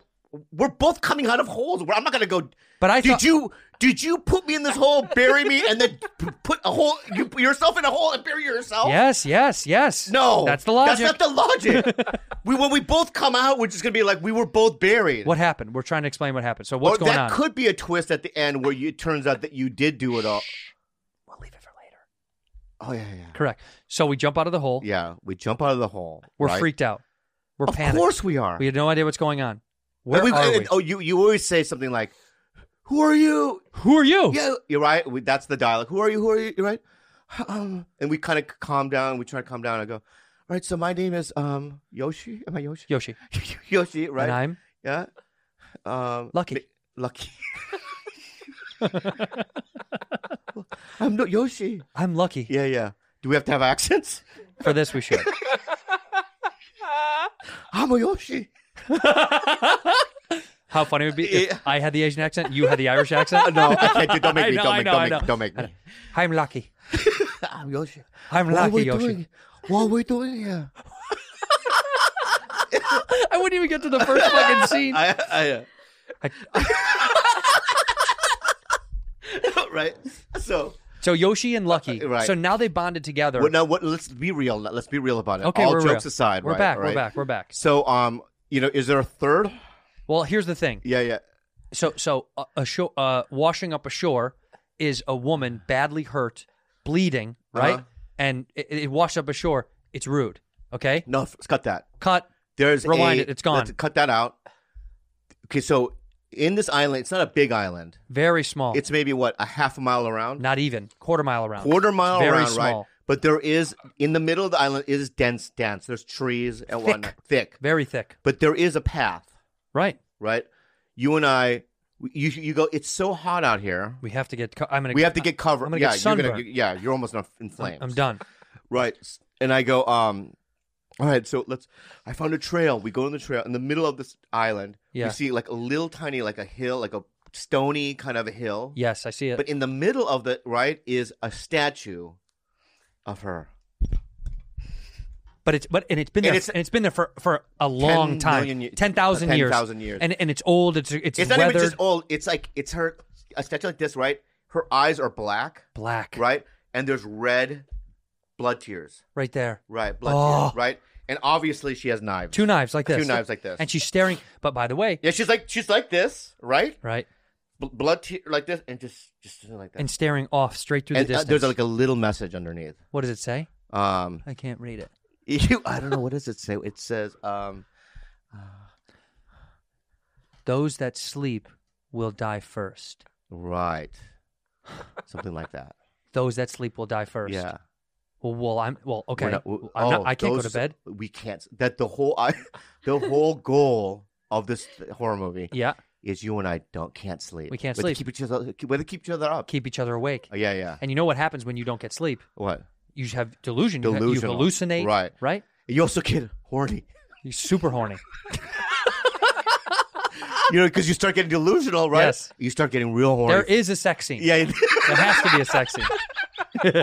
We're both coming out of holes. Where I'm not gonna go. But I did thought- you did you put me in this hole, bury me, and then p- put a hole you put yourself in a hole and bury yourself? Yes, yes, yes. No, that's the logic. That's not the logic. we when we both come out, we're just gonna be like we were both buried. what happened? We're trying to explain what happened. So what's or going Oh, that on? could be a twist at the end where you, it turns out that you did do it all. We'll leave it for later. Oh yeah, yeah, Correct. So we jump out of the hole. yeah. We jump out of the hole. We're right? freaked out. We're Of panicked. course we are. We had no idea what's going on. Where And we- are and- we? Oh, you you always say something like, "Who are you? Who are you? Yeah, Oh, you're right. We, that's the dialogue. Who are you? Who are you? You're right. Um, and we kind of calm down. We try to calm down. I go, all right. So my name is um Yoshi. Am I Yoshi? Yoshi. Yoshi, right? And I'm yeah. Um, Lucky. Mi- lucky. I'm not Yoshi. I'm lucky. Yeah, yeah. Do we have to have accents? For this, we should. I'm a Yoshi. How funny it would be if I had the Asian accent, you had the Irish accent. No, I can't do. Don't make I me. know, don't I make. know, I don't, know. make don't make me. I'm lucky. I'm Yoshi. I'm What are lucky, we Yoshi. doing? What are we doing here? I wouldn't even get to the first fucking scene. I, I, uh, right. So so Yoshi and Lucky. Uh, Right. So now they bonded together. well, now what? Let's be real. Let's be real about it. okay, All we're jokes real. aside, We're right, back. We're right? back. We're back. So, um, you know, is there a third? Well, here's the thing. Yeah, yeah. So, so uh, a sho- uh, washing up ashore is a woman badly hurt, bleeding, right? Uh-huh. And it, it washed up ashore. It's rude. Okay, No, f- cut that. cut. There's Rewind a- it. It's gone. let's Cut that out. Okay, so in this island, it's not a big island. Very small. It's maybe what a half a mile around, not even quarter mile around. quarter mile Very around, right? small. But there is in the middle of the island is dense, dense. There's trees and Thick. whatnot, thick. Very thick. But there is a path. Right. right? You and I, we- you you go. It's so hot out here. We have to get. Co- I'm gonna. We have to get covered. I'm gonna yeah, get you're gonna. sunburned. get- Yeah, you're almost not in flames. I'm done. Right, S- and I go. Um, all right. So let's. I found a trail. We go in the trail in the middle of this island. Yeah. We see like a little tiny, like a hill, like a stony kind of a hill. Yes, I see it. But in the middle of the right is a statue of her. But it's but and it's been And there it's- and it's been there for for a long time, million ye- ten thousand years, 10,000 years. and and it's old. It's it's, It's not weathered, even just old. It's like it's her a statue like this, right? Her eyes are black. black, right, right? And there's red blood tears, there. right? Blood tears, Oh. right? And obviously she has knives. Two knives like Two this, knives like this. and she's staring. But by the way, yeah, she's like she's like this, right? right, B- blood tear like this, and just just like that. and staring off straight through And, the uh, distance. there's like a little message underneath. what does it say? Um, I can't read it. you, I don't know what does it say. It says, um, Those that sleep will die first. right, something like that. Those that sleep will die first. Yeah. Well, well I'm well. Okay. We're not- I'm w- not, oh, I can't go to those- bed. We can't. That the whole I, the whole goal of this horror movie Yeah. is you and I don't can't sleep. We can't We sleep. have to keep each other. We have to keep each other up. Keep each other awake. Oh, yeah, yeah. And you know what happens when you don't get sleep? What? You just have delusion. You ha- Delusional. You hallucinate. Right. Right. You also get horny. You're super horny. You know, because you start getting delusional, right? Yes. You start getting real horny. There is a sex scene. yeah. There has to be a sex scene.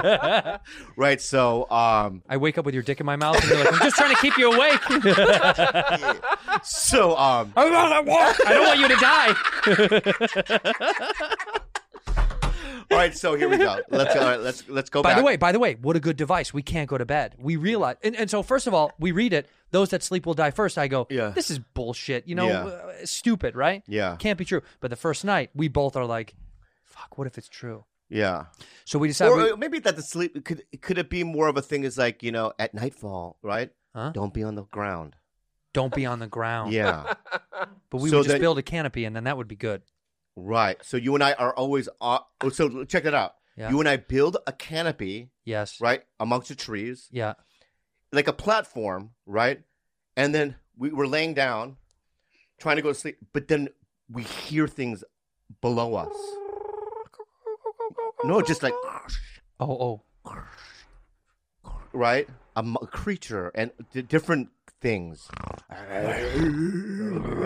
right. So, um, I wake up with your dick in my mouth and you're like, I'm just trying to keep you awake. so, um, I don't want you to die. all right. So here we go. Let's all right. Let's let's go By back. the way, by the way, what a good device. We can't go to bed. We realize. And, and so, first of all, we read it. Those that sleep will die first. I go, Yeah. this is bullshit. You know, Yeah. uh, stupid, right? Yeah. Can't be true. But the first night, we both are like, fuck, what if it's true? Yeah. So we decide. Or we- uh, maybe that the sleep could could it be more of a thing? Is like you know at nightfall, right? Huh? Oh. Don't be on the ground. don't be on the ground. Yeah. But we So would just that- build a canopy, and then that would be good. Right. So you and I are always. Uh, oh, so check that out. Yeah. You and I build a canopy, Yes. right, amongst the trees, Yeah. like a platform, right? And then we were laying down, trying to go to sleep, but then we hear things below us. No, just like Oh, oh. right, a, m- a creature and d- different things.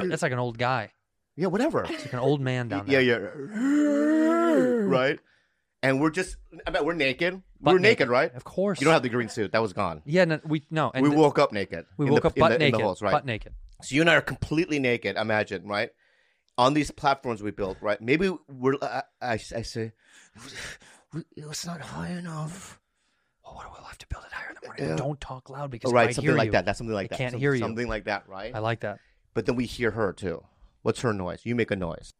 That's like an old guy. Yeah, whatever. It's like an old man down yeah, there. yeah. Right, and we're just I bet we're naked. Butt we're naked, right? Of course. You don't have the green suit. That was gone. Yeah, no, we no. And we th- woke up naked. We in woke the- up in butt the- in the naked. holes, right? Butt naked. So you and I are completely naked. Imagine, right? On these platforms we built, right? Maybe we're. I, I, I say, "We- it's not high enough. Oh, what do we'll have to build it higher in the morning? But Don't talk loud because All if Oh, right, I something hear like you, that. That's something like I that. can't Some- hear you. Something like that, right? I like that. but then we hear her too. What's her noise? You make a noise.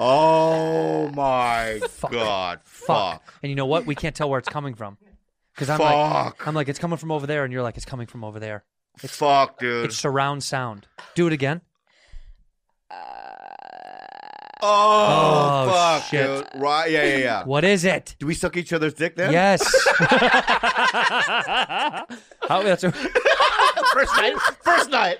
oh my Fuck. god! Fuck. Fuck! And you know what? We can't tell where it's coming from. Because I'm like, Fuck. I'm like, it's coming from over there, and you're like, it's coming from over there. Fuck, dude! It's surround sound. Do it again. oh, Oh, fuck, shit. dude! Right? Yeah, yeah, yeah. What is it? Do we suck each other's dick then? Yes. How- that's a- first night. First night.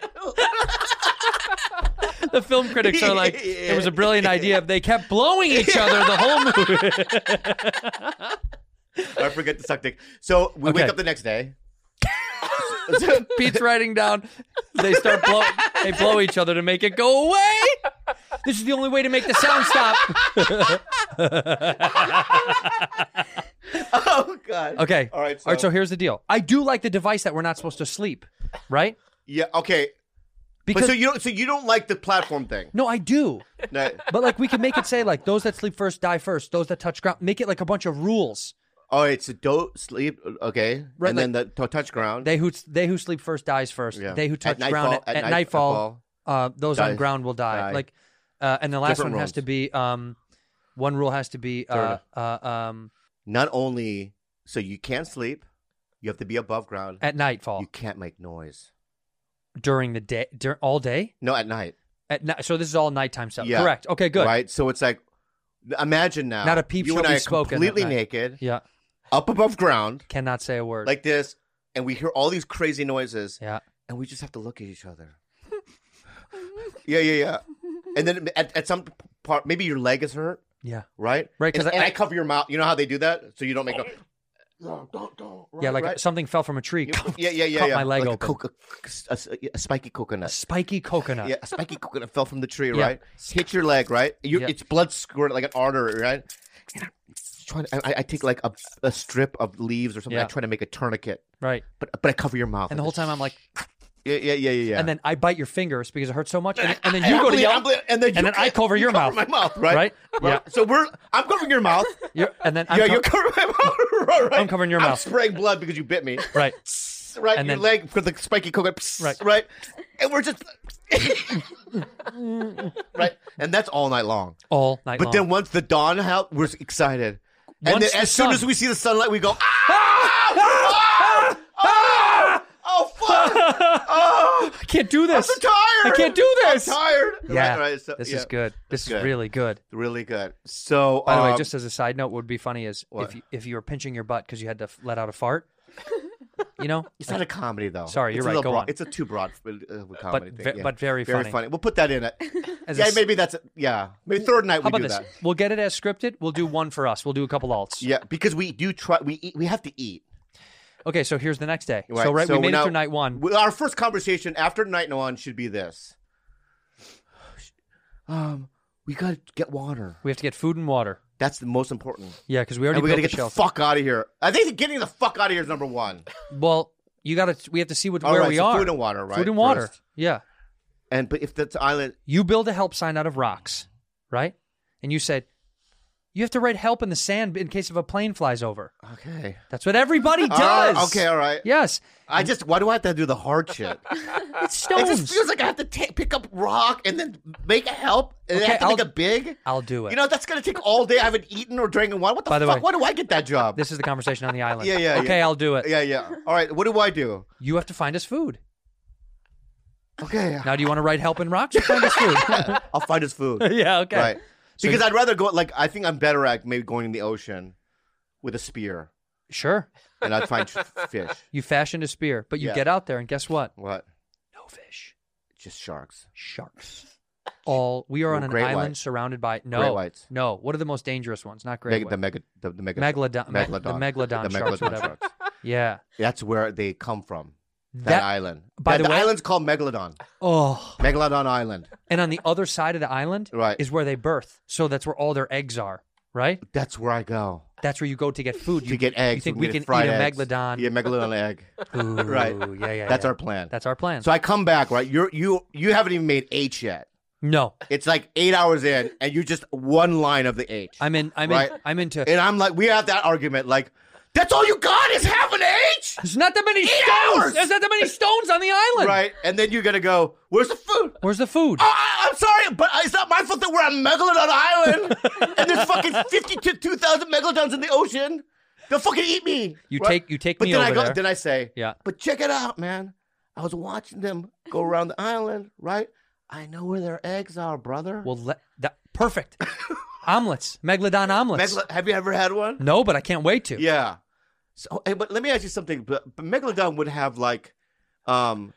the film critics are like, it was a brilliant idea. They kept blowing each other the whole movie. I forget to suck dick. So we Okay. wake up the next day. Pete's writing down. They start blow. They blow each other to make it go away. This is the only way to make the sound stop. oh god. Okay. All right, All right. so- So here's the deal. I do like the device that we're not supposed to sleep, right? Yeah. Okay. Because but so you don't. So you don't like the platform thing. no, I do. No. But like we can make it say like those that sleep first die first. Those that touch ground make it like a bunch of rules. Oh, it's a don't sleep. Okay. Right, and then the t- touch ground. They who they who sleep first dies first. Yeah. They who At touch ground nightfall- at, at at night- nightfall, uh, those on dies- ground will die. die. Like, uh, and the last Different one has rules. to be um, one rule has to be uh, uh, um, Not only so you can't sleep, you have to be above ground. at nightfall you can't make noise. during the day, dur- all day. No, at night. At ni- so this is all nighttime stuff. Yeah. Correct. Okay. Good. Right. So it's like, imagine now. Not a peep You shall and be I are spoken at completely night. naked, Yeah. up above ground, Cannot say a word. like this, and we hear all these crazy noises. yeah. and we just have to look at each other. yeah, yeah, yeah. And then at, at some part, maybe your leg is hurt, Yeah. right? Right, 'cause And, I- and I cover your mouth. You know how they do that, so you don't make no. yeah. Like right. something fell from a tree. Yeah, yeah, yeah. Cut yeah. my leg like open. A, coco- a s- a spiky A coconut. spiky coconut. Yeah, a spiky coconut fell from the tree, Yeah. right? Hit your leg, right? You, Yeah. It's blood squirted like an artery, right? And I'm Trying to, I, I take like a, a strip of leaves or something. Yeah. I try to make a tourniquet, Right. but but I cover your mouth. And the whole time I'm like, yeah, yeah, yeah, yeah. yeah. and then I bite your fingers because it hurts so much, and, and then you go to bleeding, yell, I'm bleeding, and then, and you- then I cover your mouth. my mouth, right? Right? Right. So we're I'm covering your mouth. You're- and then I'm yeah, co- you're covering my mouth. right, right. I'm covering your I'm mouth. spraying blood because you bit me. right. Right, And your then- leg for the spiky coconut. pss, Right. right, and we're just right, and that's all night long. All night but long. then once the dawn out, we're excited, and then Once the as soon sun- as we see the sunlight, we go ah! Ah! Ah! Oh fuck! Oh, I can't do I'm this. so tired. I can't do this. I'm tired. Yeah, Right, right, so- this yeah. is good. This is good. really good. Really good. So, By the way, um, just as a side note, what would be funny is if What? you, if you were pinching your butt because you had to f- let out a fart, you know, it's not a comedy though. Sorry, you're It's a right, little go broad- on. It's a too broad uh, comedy ve- thing. yeah. but very funny. We'll put that in. It. As a yeah, s- maybe that's yeah. Maybe third night How we about do this? that. We'll get it as scripted. We'll do one for us. We'll do a couple alts. Yeah, because we do try. We eat, we have to eat. Okay, so here's the next day. So right, we we're made it now- through night one. we- Our first conversation after night one should be this. Um, we gotta get water. We have to get food and water. That's the most important. Yeah, because we already And we built gotta get the the, shelter. fuck out of here. I think getting the fuck out of here is number one. Well, you gotta. We have to see what All where right, we so are. food and water, right, Food and water. first. Yeah. And but if that's island, You build a help sign out of rocks, right? And you said you have to write help in the sand in case if a plane flies over. okay. That's what everybody All right, does. Uh, okay, all right. Yes. I just why do I have to do the hard shit? It's Uh, It stones. just feels like I have to ta- pick up rock and then make a help and then I Okay, have to make I'll- a big. I'll do it. You know that's gonna take all day. I haven't eaten or drank in wine. What the By the fuck? way- why do I get that job? this is the conversation on the island. Yeah, yeah, Okay, yeah. I'll do it. yeah, yeah. All right. What do I do? You have to find us food. Okay, Now, do you want to write help in rocks or find us food? I'll find his food. yeah, okay. Right. So because you- I'd rather go. Like I think I'm better at maybe going in the ocean with a spear, Sure. and I'd find f- fish. You fashioned a spear, but you Yeah. get out there and guess what? What? No fish. Just sharks. Sharks. All we are Well, on an great island whites. surrounded by no Great whites. no. What are the most dangerous ones? Not great Meg- whites. the mega, the, the mega, megalodon, me- the megalodon the sharks, megalodon whatever. sharks. Yeah, That's where they come from. That, That- island. by Yeah, the the, way- island's called Megalodon. Oh, Megalodon Island. and on the other side of the island Right. is where they birth. So that's where all their eggs are. Right. That's where I go That's where you go to get food. You to get eggs. You think and we get can eat fried a eggs. megalodon? Yeah, megalodon egg. Ooh, Right. Yeah, yeah. That's yeah. our plan. That's our plan. So I come back, right? You're you you haven't even made H yet. no, It's like eight hours in, and you just one line of the H. I'm in. I'm in. Right. I'm into. and I'm like, we have that argument. Like, that's all you got is half an H, There's not that many Eight stones. hours! There's not that many stones on the island. right? And then you're gonna go, where's the food? Where's the food? Oh, I, I'm sorry, but uh, it's not my fault that we're on Megalodon Island and there's fucking 52,000 megalodons in the ocean. They'll fucking eat me. You Right? take. You take But me then over I go, there. then I say, Yeah. But check it out, man. I was watching them go around the island, right? I know where their eggs are, brother. Well, let that perfect. omelets, megalodon omelets. Megalo- have you ever had one? no, but I can't wait to. Yeah. So, hey, but let me ask you something. But, but megalodon would have like, um,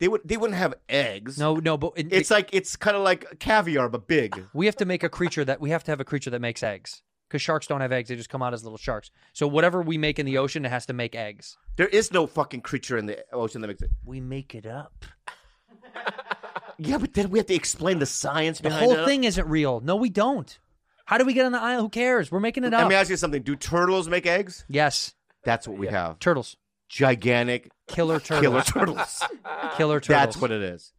they would they wouldn't have eggs. No, no, but it, it's like it's kind of like caviar but big. we have to make a creature that we have to have a creature that makes eggs because sharks don't have eggs; they just come out as little sharks. So whatever we make in the ocean, it has to make eggs. There is no fucking creature in the ocean that makes it. We make it up. Yeah, but then we have to explain the science The behind whole it. thing isn't real. No, we don't. How do we get on the island? Who cares? We're making it up. Let me ask you something. Do turtles make eggs? yes, That's what we have. turtles, Gigantic killer killer turtles, turtles. killer turtles. That's what it is.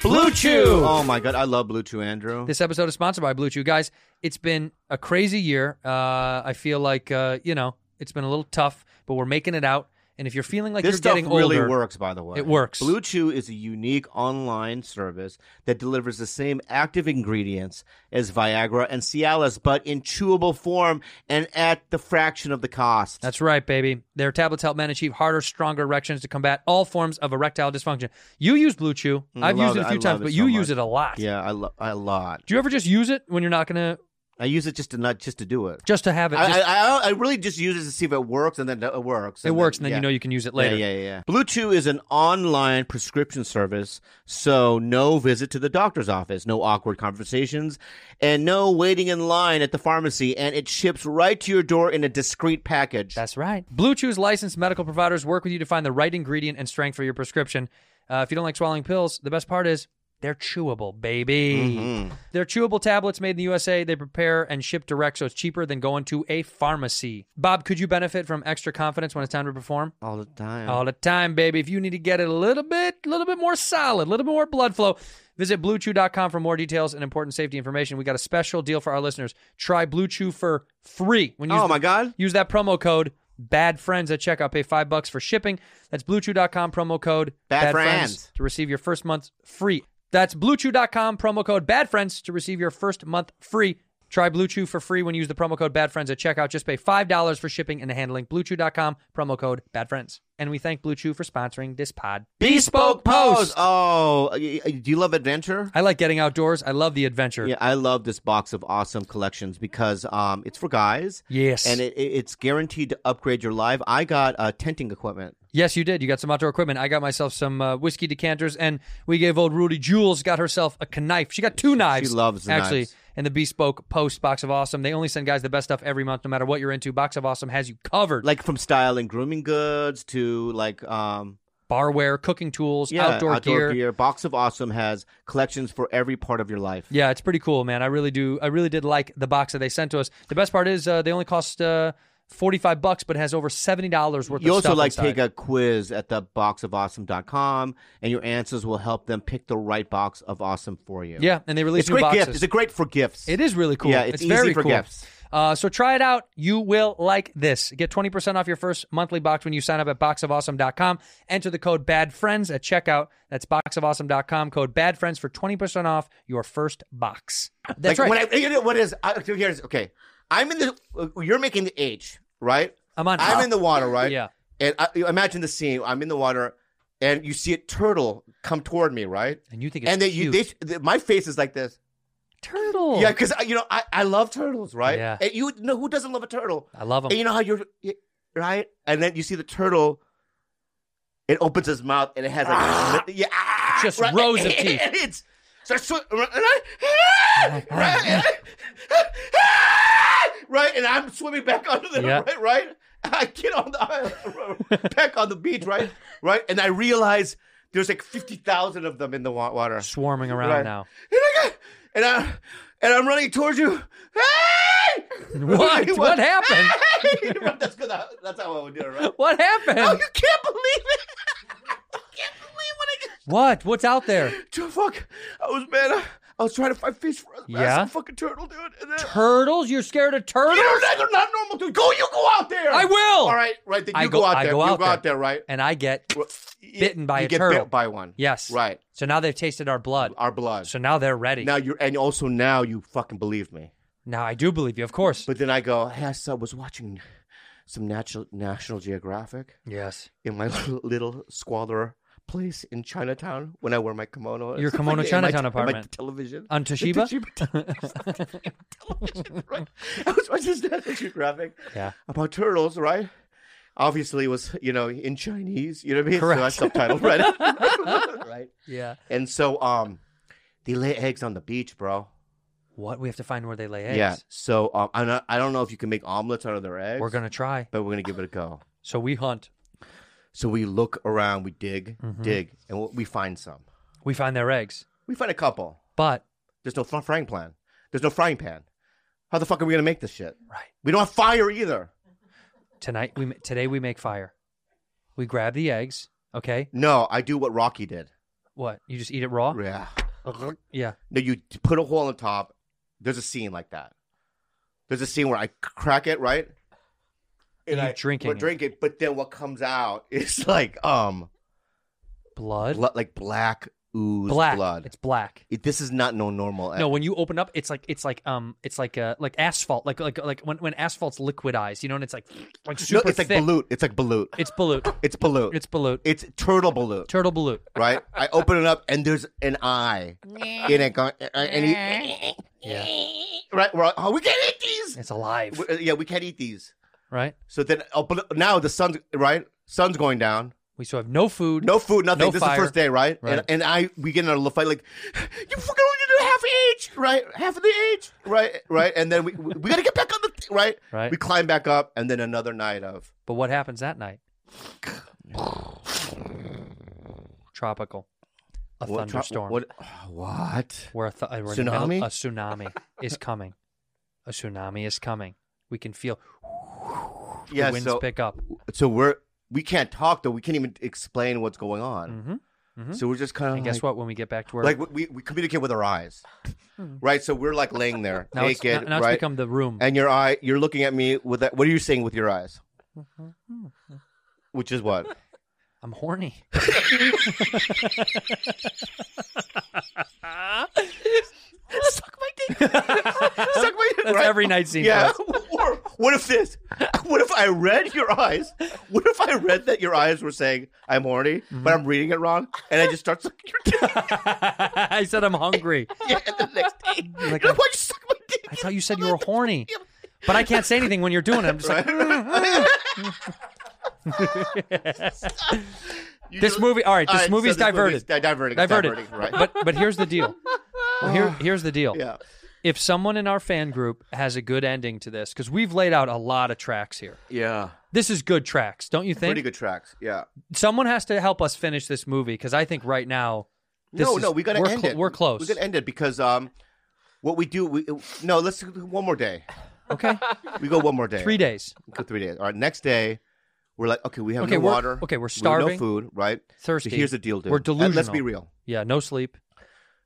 Blue Chew. Oh my god, I love Blue Chew, Andrew. This episode is sponsored by Blue Chew. Guys, it's been a crazy year. Uh, I feel like, uh, you know, it's been a little tough, but we're making it out. And if you're feeling like this you're stuff getting really older, works, by the way. It works. Blue Chew is a unique online service that delivers the same active ingredients as Viagra and Cialis, but in chewable form and at the fraction of the cost. That's right, baby. Their tablets help men achieve harder, stronger erections to combat all forms of erectile dysfunction. You use Blue Chew. Mm, I've used love it a it. few I times, love it but so you use much. it a lot. yeah, I love a lot. Do you ever just use it when you're not going to, I use it just to not just to do it. just to have it? I, just- I, I I really just use it to see if it works, and then it works. it works, and then yeah. you know you can use it later. Yeah, yeah, yeah. Blue Chew is an online prescription service, so no visit to the doctor's office, no awkward conversations, and no waiting in line at the pharmacy, and it ships right to your door in a discreet package. That's right. Blue Chew's licensed medical providers work with you to find the right ingredient and strength for your prescription. Uh, if you don't like swallowing pills, the best part is they're chewable, baby. They're chewable tablets made in the USA. They prepare and ship direct, so it's cheaper than going to a pharmacy. Bob, could you benefit from extra confidence when it's time to perform? all the time. All the time, baby. If you need to get it a little bit, a little bit more solid, a little bit more blood flow, visit bluechew.com for more details and important safety information. We got a special deal for our listeners. Try Blue Chew for free when you Oh, my God. use that promo code bad friends at checkout. Pay five bucks for shipping. That's bluechew.com promo code Bad badfriends friends. to receive your first month free. That's bluechew.com promo code bad friends to receive your first month free. Try Blue Chew for free when you use the promo code Bad Friends at checkout. Just pay $5 for shipping and handling. BlueChew.com, promo code Bad Friends. And we thank Blue Chew for sponsoring this pod. Bespoke Post. Oh, y- y- do you love adventure? I like getting outdoors. I love the adventure. Yeah, I love this box of awesome collections because um, it's for guys. Yes. And it, it- it's guaranteed to upgrade your life. I got uh, tenting equipment. Yes, you did. You got some outdoor equipment. I got myself some uh, whiskey decanters, and we gave old Rudy Jules got herself a knife. She got two knives. loves the actually. knives. And the bespoke post box of awesome. They only send guys the best stuff every month, no matter what you're into. Box of awesome has you covered. like from style and grooming goods to like um barware, cooking tools, yeah, outdoor, gear. Box of Awesome has collections for every part of your life. Yeah, it's pretty cool, man. I really do. I really did like the box that they sent to us. The best part is uh, they only cost uh, forty five bucks, but it has over seventy dollars worth. You of also stuff like inside. take a quiz at the boxofawesome.com and your answers will help them pick the right box of awesome for you. yeah, and they release It's a new great boxes. gift. It's a great for gifts. It is really cool. Yeah, it's easy very for cool. gifts. Uh, so try it out. You will like this. Get 20% off your first monthly box when you sign up at boxofawesome.com. Enter the code BADFRIENDS at checkout. That's boxofawesome.com. Code BADFRIENDS for 20% off your first box. That's like right. When I, you know what is I, so here's okay. I'm in the uh, you're making the H, right? I'm on I'm top. in the water, right? Yeah. And I, imagine the scene. I'm in the water and you see a turtle come toward me, right? And you think it's and they, you, cute. they, th- my face is like this. turtle. Yeah, because you know I, I love turtles, right? Oh. Yeah. And you know who doesn't love a turtle? I love them. And you know how you're y- right, and then you see the turtle. It opens his mouth and it has like li- yeah, ah, Just right? rows of And teeth. Oh It's starts swi- right, and I- right, and- right, and I'm swimming back under the Yeah. right, right. I get on the back on the beach, right, right, and I realize there's like fifty thousand of them in the wa- water Swarming around Right. now. and I got, and I, and I'm running towards you. Hey! What? What? What happened? Hey! that's, 'cause I- that's how I would do it, right? What happened? Oh, you can't believe it! I can't believe what I just. what? What's out there? Dude, fuck! I was mad. I, I was trying to find fish for us. but I Yeah? saw a fucking turtle, dude. And then, Turtles? You're scared of turtles? you know, they're not normal, dude. Go, you go out there. I will. All right, right. Then you I go, go- out I there. go you out go out there. there, right? And I get Bitten by you a get turtle. bit by one. yes. Right. So now they've tasted our blood. Our blood. So now they're ready. now you're, and also now you fucking believe me. now I do believe you, of course. But then I go, hey, I saw, was watching some natural National Geographic yes. in my little, little squalor place in Chinatown when I wear my kimono. and Your stuff kimono like that, and my Chinatown te- and my apartment. television. On The Toshiba? Toshiba television, right? I was watching this National Geographic Yeah. about turtles, right? Obviously, it was, you know, in Chinese, you know what I mean? So I Correct. subtitled, right? right. Yeah. And so um, they lay eggs on the beach, bro. What? We have to find where they lay eggs. Yeah. So um, I, don't, I don't know if you can make omelets out of their eggs. We're going to try. but we're gonna give it a go. So we hunt. So we look around, we dig, Mm-hmm. dig, and we- we find some. We find their eggs. We find a couple. But, There's no fr- frying pan. There's no frying pan. How the fuck are we gonna make this shit? right. We don't have fire either. Tonight, we ma- today we make fire. We grab the eggs. Okay. No, I do what Rocky did. What? You just eat it raw? Yeah. Yeah. No, you t- put a hole on top. There's a scene like that. There's a scene where I c- crack it right, And you're drinking We're it. drinking, but then what comes out is like um, Blood. blo- like black ooze black. blood. It's black. It- this is not no normal. egg. No, when you open up, it's like it's like um, it's like uh, like asphalt, like like like when, when asphalt's liquidized, you know, and it's like like No, super it's like thick. balut. It's like balut. It's balut. It's balut. It's balut. It's turtle balut, Turtle balut. right? I open it up and there's an eye in it going, uh, uh, and he, Yeah, right? We're like, oh, we can't eat these. it's alive, We- uh, yeah, we can't eat these. right? So then, oh, but now the sun's right. Sun's going down. We still have no food. No food, nothing. No this is fire. the first day, right? Right. And, and I we get in a little fight, like you fucking only do half age, right? Half of the age, right? Right? And then we we, we gotta get back on the th- right. Right. We climb back up, and then another night of But what happens that night? Tropical, a What- thunderstorm. What? What? We're a, th- we're in the middle- Tsunami? a tsunami is coming. A tsunami is coming. We can feel Yeah. the winds so pick up. so we're we can't talk though. We can't even explain what's going on. hmm So we're just kind of And guess what? When we get back to where Like we, we communicate with our eyes, right? So we're like laying there now, it's, naked, now, now it's right? become the room. and your eye, you're looking at me with that. What are you saying with your eyes? Which is what? I'm horny. Suck my dick. Suck my- That's right? every night scene. Yeah. for us. or what if this? What if I read your eyes? What if I read that your eyes were saying I'm horny, Mm-hmm. but I'm reading it wrong, and I just start sucking your dick? I said I'm hungry. yeah, and the next day, You're like, you're I, like, why'd you suck my dick? I thought you said you were horny, but I can't say anything when you're doing it. I'm just like, You this just- movie. All right, this All right, movie's so this diverted. movie's di- diverting. it's diverted. diverting, Right. But but here's the deal. Well, here, here's the deal. yeah. If someone in our fan group has a good ending to this, because we've laid out a lot of tracks here. Yeah. This is good tracks, don't you think? Pretty good tracks. Yeah. someone has to help us finish this movie because I think right now. This no, is- no, we gotta we're end clo- it. We're close. We gotta end it because um, what we do, we no, let's do one more day. okay, We go one more day. three days, Go three days. All right, next day, we're like, okay, we have Okay, no we're- water. okay, we're we have starving. No food, right? thirsty. So here's the deal, dude. We're And Let's delusional. be real. Yeah, no sleep.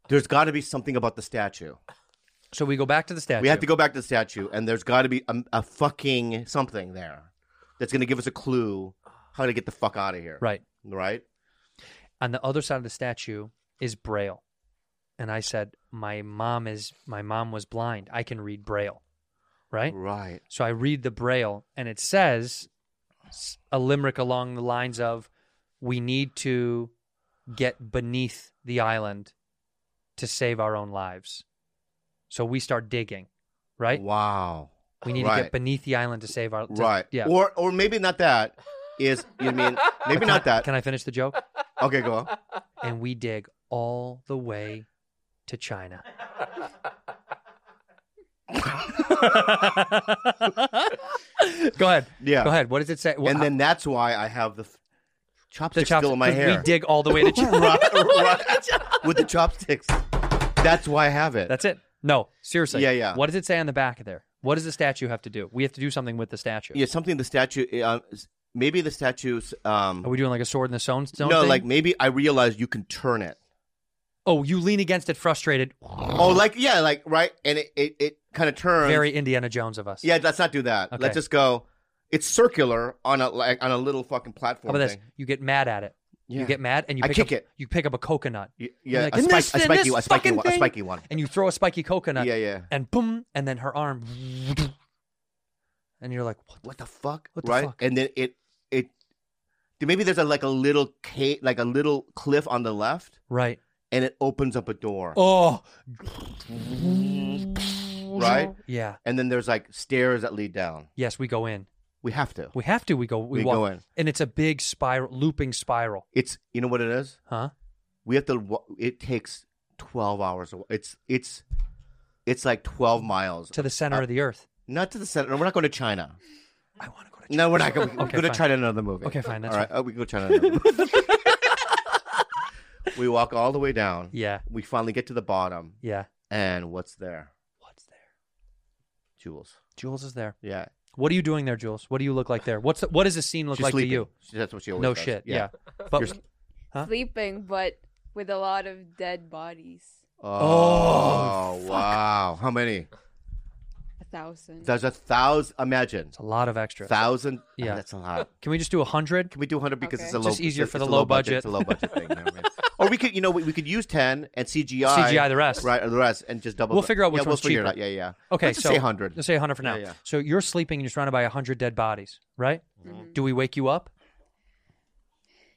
There's got to be something about the statue. So we go back to the statue. We have to go back to the statue, and there's got to be a, a fucking something there that's gonna give us a clue how to get the fuck out of here. right Right. on the other side of the statue is Braille, and I said, "My mom is my mom was blind. I can read Braille, right?" Right. So I read the Braille, and it says s- a limerick along the lines of, we need to get beneath the island to save our own lives. So we start digging, right? Wow. We need to Right. get beneath the island to save our to- right. Yeah. Or or maybe not that. Is you mean maybe not that? Can I finish the joke? okay, go on. and we dig all the way to China. Go ahead. Yeah. Go ahead. What does it say? and then that's why I have the f- the chopsticks chops- still in my 'cause hair. We dig all the way to China. Right, right. with the chopsticks. That's why I have it. That's it. No, seriously. Yeah, yeah. What does it say on the back of there? What does the statue have to do? We have to do something with the statue. yeah, something the statue. Uh, s- maybe the statue's. Um, Are we doing like a sword in the stone? stone no, thing? like maybe I realized you can turn it. oh, you lean against it, frustrated. Oh, like yeah, like right, and it it, it kind of turns. Very Indiana Jones of us. Yeah, let's not do that. Okay. Let's just go. It's circular on a like on a little fucking How platform about this? thing. You get mad at it. Yeah. You get mad and you I pick kick up, it. You pick up a coconut Y- Yeah, like, a, "And spike, this- a and spiky, this one, a spiky fucking one, a thing?" spiky one. and you throw a spiky coconut. Yeah, yeah. and boom, and then her arm, and you're like, what? What the fuck? What the right? fuck? And then it it maybe there's a, like a little ca- like a little cliff on the left, Right? and it opens up a door, Oh, right? yeah. And then there's like stairs that lead down. Yes, we go in. We have to. We have to. We go. We, We walk, go in. and it's a big spiral, looping spiral. It's you know what it is. Huh? We have to. wa- It takes twelve hours. It's it's it's like twelve miles To the center of the earth. Not to the center. No, we're not going to China. I want to go to. China. No, we're not going. We Okay, go to fine. China in another movie. Okay, fine, that's all right. Oh, we go to China. in Another movie. we walk all the way down. Yeah, We finally get to the bottom, yeah. and what's there? What's there? Jules. Jules is there. Yeah. What are you doing there, Jules? What do you look like there? What's the, what does the scene look She's like sleeping. to you? She- That's what she always No does. shit. Yeah. But You're s- Huh? Sleeping, but with a lot of dead bodies. Oh, wow. How many? A thousand. There's a thousand. Imagine it's a lot of extra. thousand. Yeah. That's a lot. Can we just do a hundred? Can we do 100 because Okay. it's a It's low? just easier for it's the a low budget. It's a low budget thing. you know what I mean? or we could, you know, we, we could use 10 and CGI, CGI the rest. right? Or the rest, and just double. We'll the- figure out yeah, which we'll one's figure cheaper. It out. Yeah, yeah. Okay, Let's just so say 100. Let's say hundred for now. Yeah, yeah. So you're sleeping and you're surrounded by hundred dead bodies, right? Do we wake you up?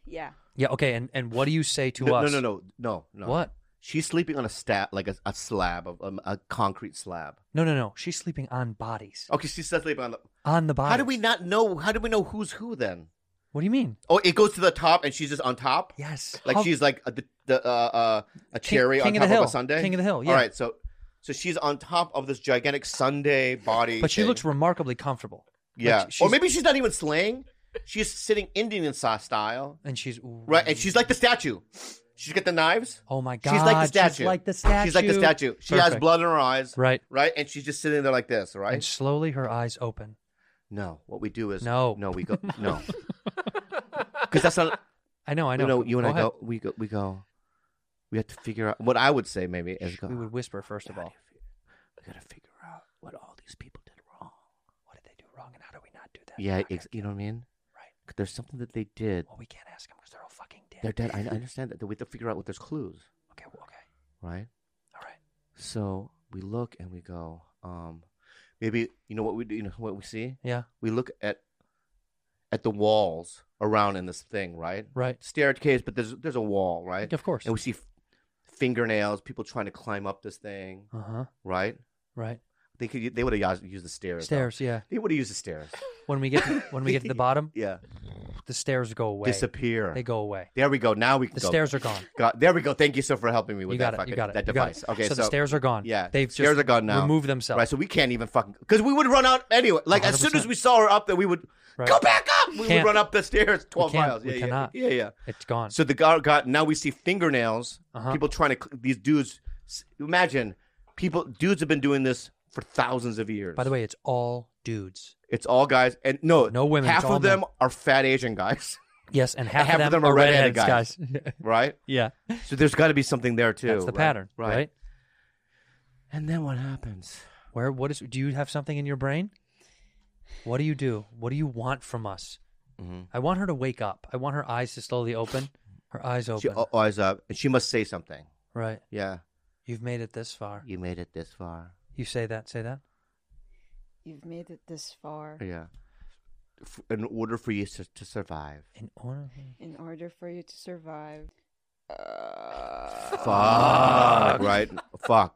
Yeah. Yeah. Okay. And and what do you say to no, us? No, no, no, no, no. What? She's sleeping on a stat like a, a slab of um, a concrete slab. No, no, no. She's sleeping on bodies. Okay, she's sleeping on the. On the bodies. Oh, How do we not know? How do we know who's who then? What do you mean? Oh, it goes to the top, and she's just on top. Yes. like How- she's like a, the, the uh, uh, a King- cherry King of the on top of, Hill. a sundae. King of the Hill, yeah. All right, so so she's on top of this gigantic sundae body. But she thing. looks remarkably comfortable. Yeah. Like, or she's- maybe she's not even slaying. She's sitting Indian sa- style, And she's ooh. right? And she's like the statue. She's got the knives. Oh my god. She's like the statue. She's like the statue. She's like the statue. She has Perfect. blood in her eyes, Right. Right, and she's just sitting there like this, right? And slowly her eyes open. no, what we do is No. no, we go no, because that's not. I know. I know. You know, you and Go I ahead. go. We go. We go. We have to figure out what I would say. Maybe is go. We would whisper first of all. we gotta figure out what all these people did wrong. What did they do wrong, and how do we not do that? Yeah, ex- you know what I mean. Right. 'Cause There's something that they did. Well, we can't ask them because they're all fucking dead. They're dead. I I understand that. We have to figure out what there's clues, Okay. Well, okay. right? All right. So we look and we go. Um, maybe you know what we do. You know what we see. Yeah. We look at at the walls around in this thing, right? Right. Staircase, but there's there's a wall, right? Of course. And we see f- fingernails, people trying to climb up this thing, Uh huh. right? Right. They could. They would have used the stairs. though. Stairs. Yeah. They would have used the stairs. When we get to, when we get to the bottom, Yeah. the stairs go away. Disappear. They go away. There we go. Now we can The go. stairs are gone. Got- there we go. Thank you so for helping me with You that got it. fucking You got it. that you got it. device. Okay, so, the stairs are gone. Yeah, They've stairs just are gone now. Removed themselves. Right, so we can't even fucking because we would run out anyway. Like as soon as 100%. we saw her up there, we would Right. go back up. We Can't. would run up the stairs twelve can't. miles. We Yeah, yeah, cannot. Yeah, yeah. it's gone. So the guy got now we see fingernails. Uh-huh. People trying to cl- these dudes. s- Imagine people dudes have been doing this for thousands of years. By the way, it's all dudes. it's all guys and no No women, Half it's all of them men. are fat Asian guys, Yes, and half, half of, of them them are redheaded redheaded guys. right? yeah, So there's got to be something there too. that's the right? pattern, right. And then what happens? Where? What is? Do you have something in your brain? What do you do? What do you want from us? Mm-hmm. I want her to wake up. I want her eyes to slowly open. Her eyes open. She o- eyes up, and she must say something. Right. Yeah, You've made it this far. you made it this far. You say that. Say that. You've made it this far. Yeah, f- in order for you to, to survive. In order. in order for you to survive. Uh, Fuck. Right? Fuck.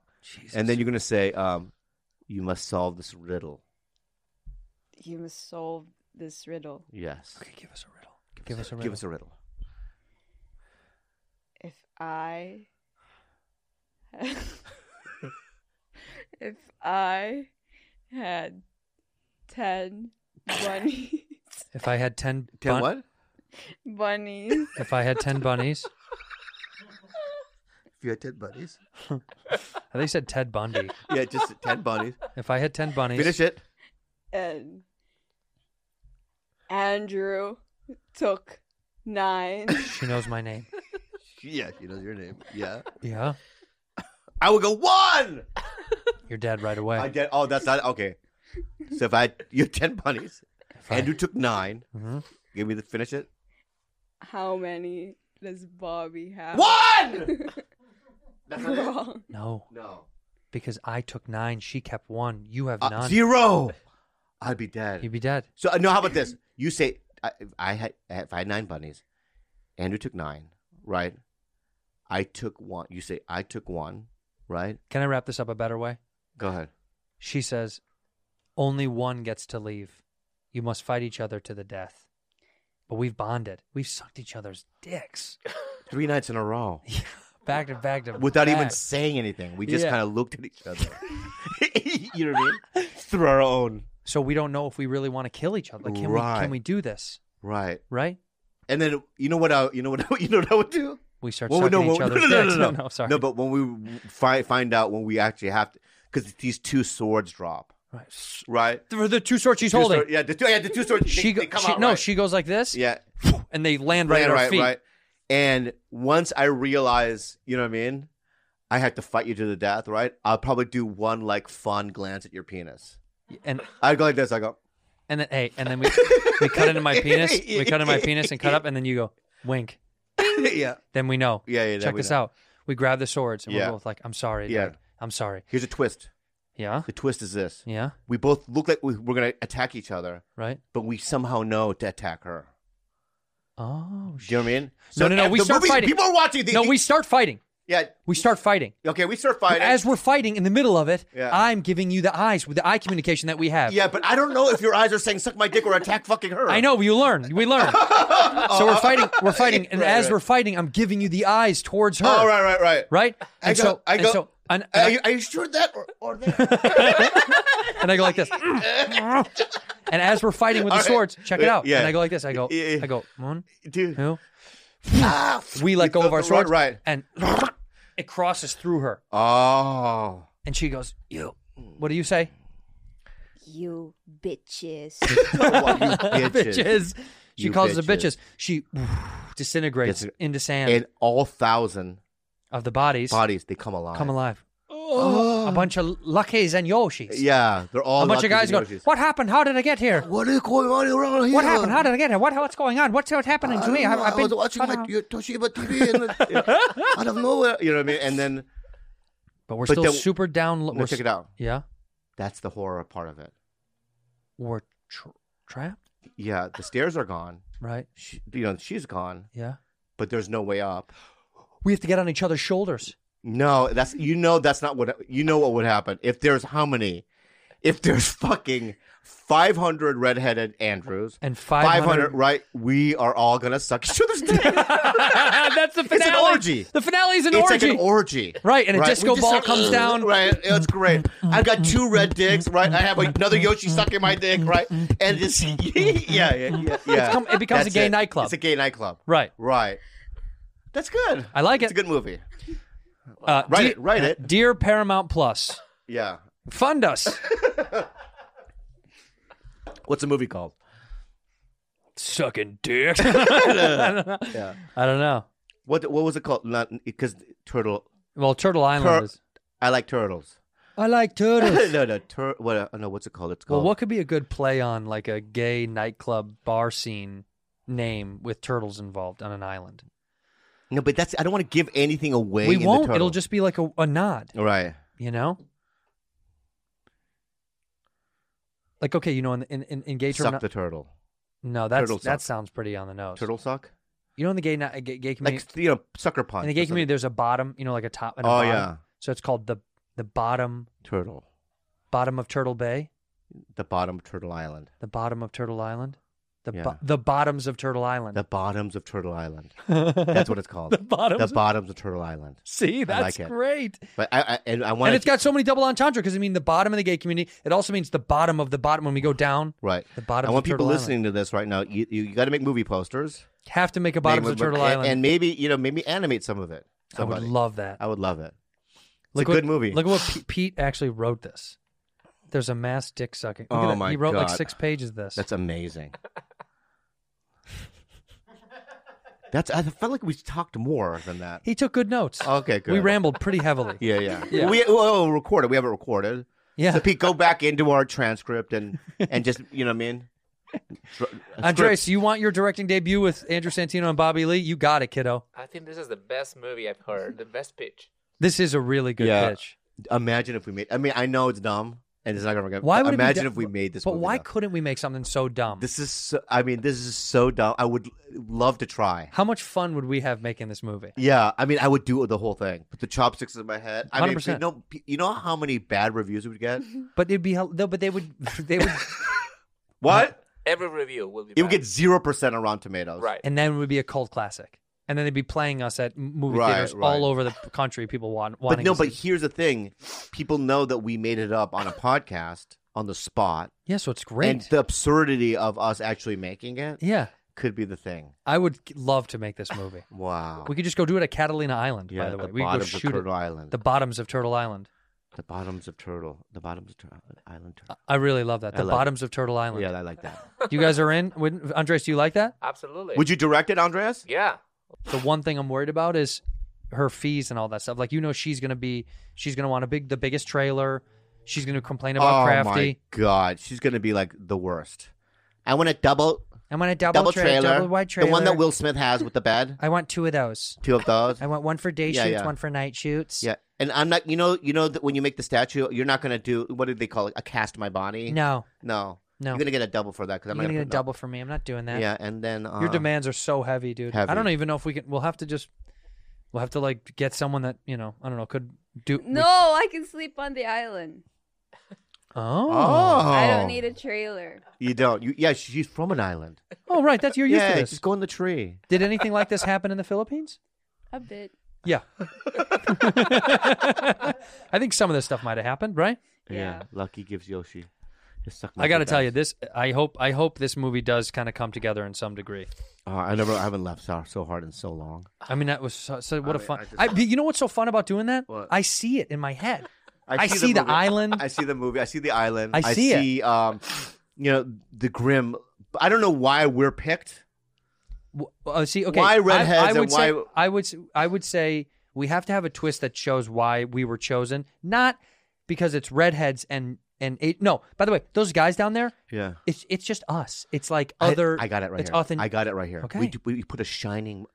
And then you're going to say, um, you must solve this riddle. you must solve this riddle. Yes. Okay, give us a riddle. Give us a riddle. Give us a riddle. If I. if I had 10 bunny, If I had ten, Ten bun- what? bunnies, If I had ten bunnies, If you had 10 bunnies. I think you said Ted Bundy. Yeah, just 10 bunnies. If I had ten bunnies, Finish it. and Andrew took nine, she knows my name. Yeah, she knows your name. Yeah. Yeah, I would go, one! you're dead right away. I did. Oh, that's not. Okay. So if I, you had 10 bunnies. If I- Andrew took nine. Mhm. Give me the finish it. how many does Bobby have? One! That's not it? Wrong. No, No. because I took nine. She kept one. You have Uh, none. zero. I'd be dead. You'd be dead. So uh, no, how about this? You say I, if I had if I had nine bunnies, Andrew took nine, right? I took one. You say I took one, right? Can I wrap this up a better way? Go ahead. She says, "Only one gets to leave. You must fight each other to the death." But we've bonded. We've sucked each other's dicks Three nights in a row back to back to without even back. saying anything. We just Yeah. kind of looked at each other. you know what I mean? Through our own So we don't know if we really want to kill each other. Like, can we? Right. Can we do this? right. Right? And then you know what? I, you know what? I- you know what I would do? We start Well, sucking no, well, each no, other's no, no, dicks. no, no, sorry. No, but when we find find out when we actually have to, because these two swords drop, right. right? The, the two swords she's Two holding. sword- yeah, the two, yeah, the two swords. they- she, go- they come she out, no, right? she goes like this. Yeah, and they land right, at our feet. And once I realize, you know what I mean, I have to fight you to the death, right? I'll probably do one like fun glance at your penis. And I go like this. I go, and then hey, and then we we cut into my penis. We cut into my penis and cut up, and then you go wink. yeah, Then we know. yeah, yeah. Check this out. We grab the swords and Yeah. we're both like, "I'm sorry, Yeah. dude. I'm sorry." Here's a twist. Yeah, The twist is this: yeah, we both look like we- we're gonna attack each other, right. but we somehow know to attack her. Oh, Do you know what I mean? No, no, no, and we the start movies- fighting. People are watching. The, no, the- we start fighting. yeah. We start fighting. Okay, we start fighting. As we're fighting in the middle of it, Yeah. I'm giving you the eyes with the eye communication that we have. yeah, but I don't know if your eyes are saying "suck my dick" or "attack fucking her." I know. You learn. We learn. so we're fighting. We're fighting, and Uh-huh. Right, as right. we're fighting, I'm giving you the eyes towards her. Oh, right, right, right. right? I And go, so, I and go. so, and, and Are I, you, are you sure that or, or that? and I go like this. and as we're fighting with the Mm. All right. swords, check it out. Yeah. And I go like this. I go, Yeah, yeah. I go, one, Dude. two. Ah, We let go of our Right, swords, Right. And it crosses through her, Oh. and she goes, "You." What do you say, You bitches. What, you bitches. bitches? She You calls us the bitches. bitches. She disintegrates Dis- into sand And all thousand of the bodies. bodies, they come alive. Come alive. A bunch of luckies and yoshis. Oh. Yeah, they're all A bunch of Luckies guys and go, Yoshis. "What happened? How did I get here?" What is going on around here? What happened? How did I get here? What, what's going on? What's, what's happening to me? I, I've, don't know. I've I been was watching I my, don't know. your Toshiba TV and the, out of nowhere. You know what I mean? And then, But we're But still then- super down. low. no, check it out. Yeah, That's the horror part of it. we're tra- trapped, Yeah, the stairs are gone. right? She, you know, she's gone, Yeah, but there's no way up. we have to get on each other's shoulders. No, that's you know that's not what you know what would happen if there's how many, if there's fucking five hundred redheaded Andrews And five 500 hundred right, we are all gonna suck each other's dick. Ah, That's the It's an finale. orgy. The finale is an it's orgy. like an orgy, Right, and a disco We just ball start- comes down. Right, it's great. I've got two red dicks. Right, I have another Yoshi sucking my dick. Right, and just yeah, yeah, yeah. yeah. come- it becomes a That's gay nightclub. It's a gay nightclub. right. Right. That's good. I like It's it. a good movie. Uh, Write dear, it. Write it. dear Paramount Plus, Yeah. fund us. What's the movie called? Sucking dick. I don't know. Yeah. I don't know. What what was it called? Not because turtle. Well, Turtle Island Tur- is. I like turtles. I like turtles. no, no, tur- what? Uh, no, what's it called? It's well, called. what could be a good play on like a gay nightclub bar scene name with turtles involved on an island? No, but that's. I don't want to give anything away. we in the won't. turtle. It'll just be like a, a nod, right. you know. Like okay, you know, in in, in, in gay Suck term, the turtle. No, that's Turtle that sock. sound sounds pretty on the nose. Turtle sock, You know, in the gay na- gay, gay community, like you know, sucker punch. in the or gay something. community, there's a bottom. You know, like a top and a Oh bottom. yeah, So it's called the the bottom turtle. bottom of Turtle Bay, The bottom of Turtle Island. the bottom of Turtle Island, the Yeah. bo- the bottoms of Turtle Island. The bottoms of Turtle Island. That's what it's called. The bottoms The of- bottoms of Turtle Island. See, that's like it. great. But I, I and I want And it's got so many double entendre because I mean the bottom of the gay community. It also means the bottom of the bottom. When we go down, right. the bottoms I of want people Turtle Island. listening to this right now. You you, got to make movie posters. have to make a bottoms Make- of Turtle and, Island. and maybe you know maybe animate some of it. I would Somebody. love that. I would love it. It's Look a what- good movie. Look at what P- Pete actually wrote this. There's a mass dick sucking. Look at Oh that. my He wrote like God. six pages of this. That's amazing. That's I felt like we talked more than that. he took good notes. Okay, Oh, good. We rambled pretty heavily. Yeah, yeah. Yeah. We oh, recorded. We have it recorded. Yeah. So Pete, go back into our transcript and and just you know what I mean. Dr- a Andres, script. you want your directing debut with Andrew Santino and Bobby Lee? You got it, kiddo. I think this is the best movie I've heard. The best pitch. This is a really good Yeah. pitch. imagine if we made. I mean, I know it's dumb and it's not gonna. work. Why but would imagine it be if we made this? But movie, why though. couldn't we make something so dumb? This is. So, I mean, this is so dumb. I would love to try. How much fun would we have making this movie? Yeah, I mean, I would do the whole thing. Put the chopsticks in my head. I mean, 100%. you know, you know how many bad reviews we would get. But it'd be hel- no, but they would they would What? Every review will be. It would bad. get zero percent on Rotten Tomatoes. right. and then it would be a cult classic. And then they'd be playing us at m- movie Right, theaters right. all over the p- country. People want But wanting no, to see- but here's the thing: people know that we made it up on a podcast on the spot, yeah, so it's great. and the absurdity of us actually making it yeah, could be the thing. I would k- love to make this movie. Wow. We could just go do it at Catalina Island. yeah, by the way, we could go bottoms of shoot Turtle it. Island. The The, bottoms of Turtle Island. bottoms of Turtle. The bottoms of Turtle Island. Turtle. I really love that. I The love it. bottoms of Turtle Island. yeah, I like that. You guys are in? Wouldn't Andres, do you like that? Absolutely. Would you direct it, Andreas? Yeah. The one thing I'm worried about is her fees and all that stuff. Like you know she's gonna be she's gonna want a big the biggest trailer. She's gonna complain about oh my crafty. god, she's gonna be like the worst. I want a double I want a double, double tra- trailer, double wide trailer. the one that Will Smith has with the bed. I want two of those. Two of those. I want one for day Yeah, shoots, yeah. one for night shoots. Yeah, and I'm not. You know, you know that when you make the statue, you're not gonna do what do they call it? A cast my body. No, no, no. You're gonna get a double for that because You're I'm not gonna get a put double for me. I'm not doing No. that. Yeah, and then uh, Your demands are so heavy, dude. I Heavy. don't even know if we can. We'll have to just. We'll have to like get someone that you know. I don't know. Could do. No, I can sleep on the island. Oh. Oh, I don't need a trailer. You don't. You yeah. She's from an island. Oh, right. That's you're used yeah, to this. just go in the tree. Did anything like this happen in the Philippines? A bit. Yeah. I think some of this stuff might have happened, right? Yeah. Yeah. Lucky gives Yoshi. Just suck my I got to dick tell out. you this. I hope. I hope this movie does kind of come together in some degree. Oh, I never. I haven't laughed so, so hard in so long. I mean, that was so, so what a mean, fun. I just- I, you know what's so fun about doing that? What? I see it in my head. I see, the, movie. island. I see the movie. I see the island. I see it. Um, you know the grim. I don't know why we're picked. W- Uh, see, okay. Why I- redheads I, would and say, why- I would. s- I would say we have to have a twist that shows why we were chosen, not because it's redheads and and eight, no. By the way, those guys down there, Yeah. it's it's just us. It's like I- other. I, got it right it's here. authentic- I got it right here. Okay. We, d- we put a shining.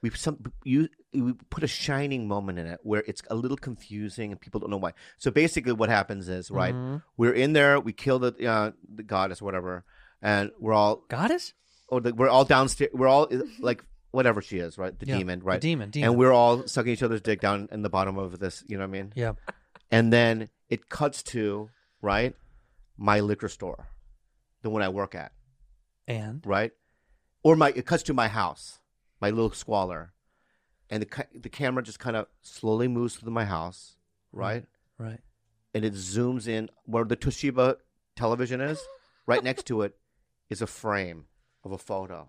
We some you we put a shining moment in it where it's a little confusing and people don't know why. So basically, what happens is right. Mm-hmm. We're in there. We kill the uh, the goddess, whatever, and we're all goddess. or the, we're all downstairs. We're all uh, like whatever she is, right? The Mm-hmm. Yeah, demon, the right? demon, demon. And we're all sucking each other's dick down in the bottom of this. You know what I mean? Yeah. And then it cuts to right my liquor store, the one I work at And right? Or my it cuts to my house, my little squalor, and the ca- the camera just kind of slowly moves through my house, Mm-hmm. right? right. And it zooms in where the Toshiba television is. Right next to it is a frame of a photo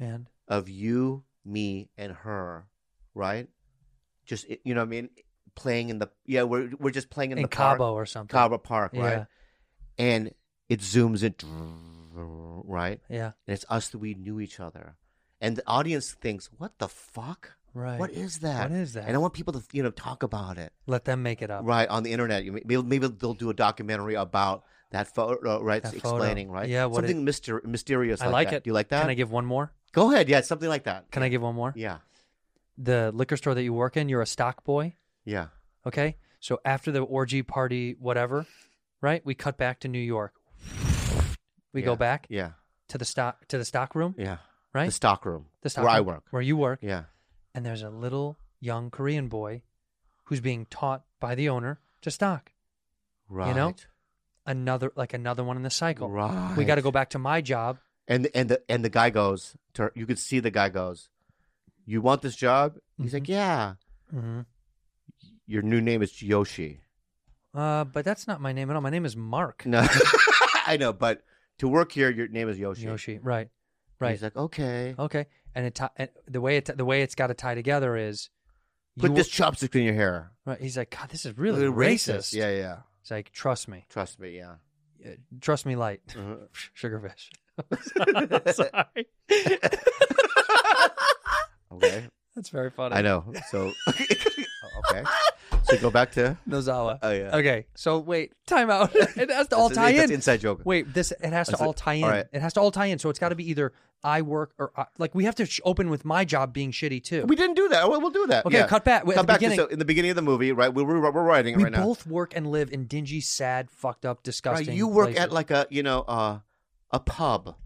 And of you, me, and her, right? Just you know what I mean? Playing in the yeah, we're we're just playing in, in the park. Cabo or something. Cabo Park, right? Yeah. And it zooms in, right? Yeah. and it's us that we knew each other. And the audience thinks, "What the fuck? Right. What is that? What is that? And I want people to you know talk about it, Let them make it up. right, on the internet. You may- Maybe, maybe they'll do a documentary about that photo, right, That photo. explaining, right, Yeah, what something myster- mysterious. I like, like that. it. Do you like that? Can I give one more? Go ahead, yeah, something like that. Can I give one more? Yeah, The liquor store that you work in. You're a stock boy. yeah. Okay. So after the orgy party, whatever, right? We cut back to New York. We yeah, go back Yeah, to to the stock to the stock room, Yeah. right? The stock room. The stock where I room, work. where you work, Yeah. and there's a little young Korean boy who's being taught by the owner to stock. Right. know? Another like another one in the cycle. Right. We got to go back to my job. And and the and the guy goes to her, you could see the guy goes, You want this job? He's like, Yeah. Mm-hmm. Your new name is Yoshi. Uh, but that's not my name at all. My name is Mark No I know, but to work here your name is Yoshi. Yoshi. Right, And right. Oh, He's like, Okay. okay, and it ti- and the way it the way it's got to tie together is Put you- this chopstick in your hair. Right, he's like, God, this is really You're racist. Yeah, yeah. He's like, trust me, Trust me, yeah. Uh, trust me, light, Mhm. sugarfish. Sorry, Okay. that's very funny. I know. So okay. So go back to Nozawa. Oh, yeah. Okay, so wait, time out. it has to all That's- tie that's in. inside joke. Wait, this it has to That's all it. tie in. All right. It has to all tie in. So it's got to be either I work or I, like we have to sh- open with my job being shitty too. We didn't do that. We'll, we'll do that. Okay, cut back. At Cut the back. to- beginning- so in the beginning of the movie, right? We're, we're, we're writing it We right now. both work and live in dingy, sad, fucked up, Right, disgusting. you work places. at like a you know uh, a pub.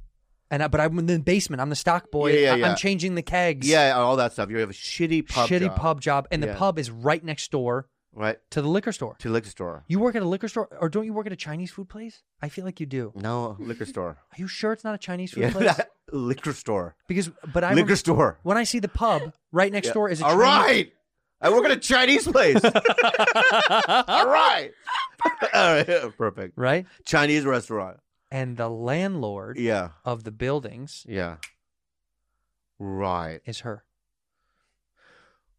and I, but I'm in the basement. I'm the stock boy. Yeah, yeah, I, yeah. am changing the kegs. Yeah, all that stuff. You have a shitty pub. shitty job, pub job, and the Yeah. pub is right next door Right to the liquor store. to liquor store. You work at a liquor store, or don't you work at a Chinese food place? I feel like you do. No liquor store. Are you sure it's not a Chinese food Yeah, place? liquor store. Because, but I liquor rem- store. when I see the pub right next Yeah. door is a all Chinese- right. I work at a Chinese place. all right. all right. Perfect. right? Chinese restaurant. And the landlord Yeah. of the buildings Yeah. Right. is her.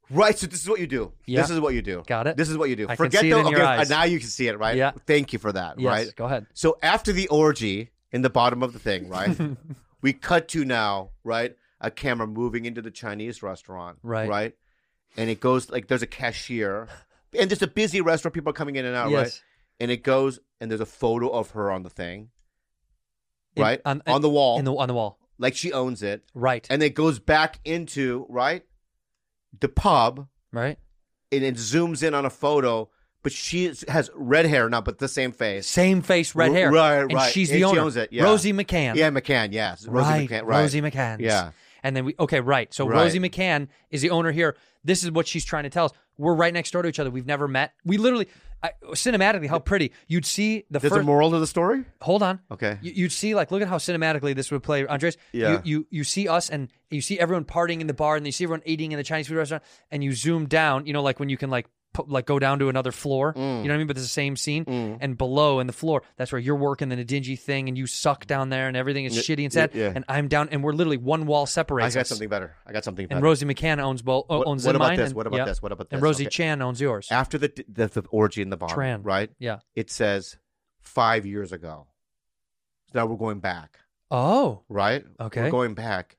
Right. So this is what you do. Yeah. This is what you do. Got it? This is what you do. I can Forget see it the in your okay, eyes. now you can see it, right? Yeah. Thank you for that. Yes, Right. go ahead. So after the orgy in the bottom of the thing, right? we cut to now, right? A camera moving into the Chinese restaurant. Right. Right. And it goes like there's a cashier. And there's a busy restaurant, people are coming in and out, right? Yes. And it goes and there's a photo of her on the thing. In- Right? On the wall. In the, on the wall. Like she owns it. Right. And it goes back into, right? The pub right. and it zooms in on a photo, but she is- has red hair now, but the same face. Same face, red R- hair. right, And right. she's And the she owner. owns it, yeah. Rosie McCann. Yeah, McCann. Yes, Rosie right. McCann. Right. Rosie McCann. Yeah. And then we okay, right. So Right. Rosie McCann is the owner here. This is what she's trying to tell us. We're right next door to each other. We've never met. We literally, I, cinematically, how pretty you'd see the There's first. a moral to the story. hold on. Okay. You, you'd see like look at how cinematically this would play, Andres. Yeah. You, you you see us and you see everyone partying in the bar and you see everyone eating in the Chinese food restaurant and you zoom down. You know, like when you can like pu- like go down to another Mm. floor. You know what I mean? But it's the same scene and below in the floor. That's where you're working in a dingy thing and you suck down there and everything is shitty and sad. y- yeah. And I'm down and we're literally one wall separates. I got us. something better. I got something better. And Rosie McCann owns both. What- owns what about mine this? and- What about yeah. this? What about And this? Rosie Okay. Chan owns yours. after the, the the orgy in the bar, Tran. right? Yeah. It says five years ago. So now we're going back, Oh. right? Okay. We're going back,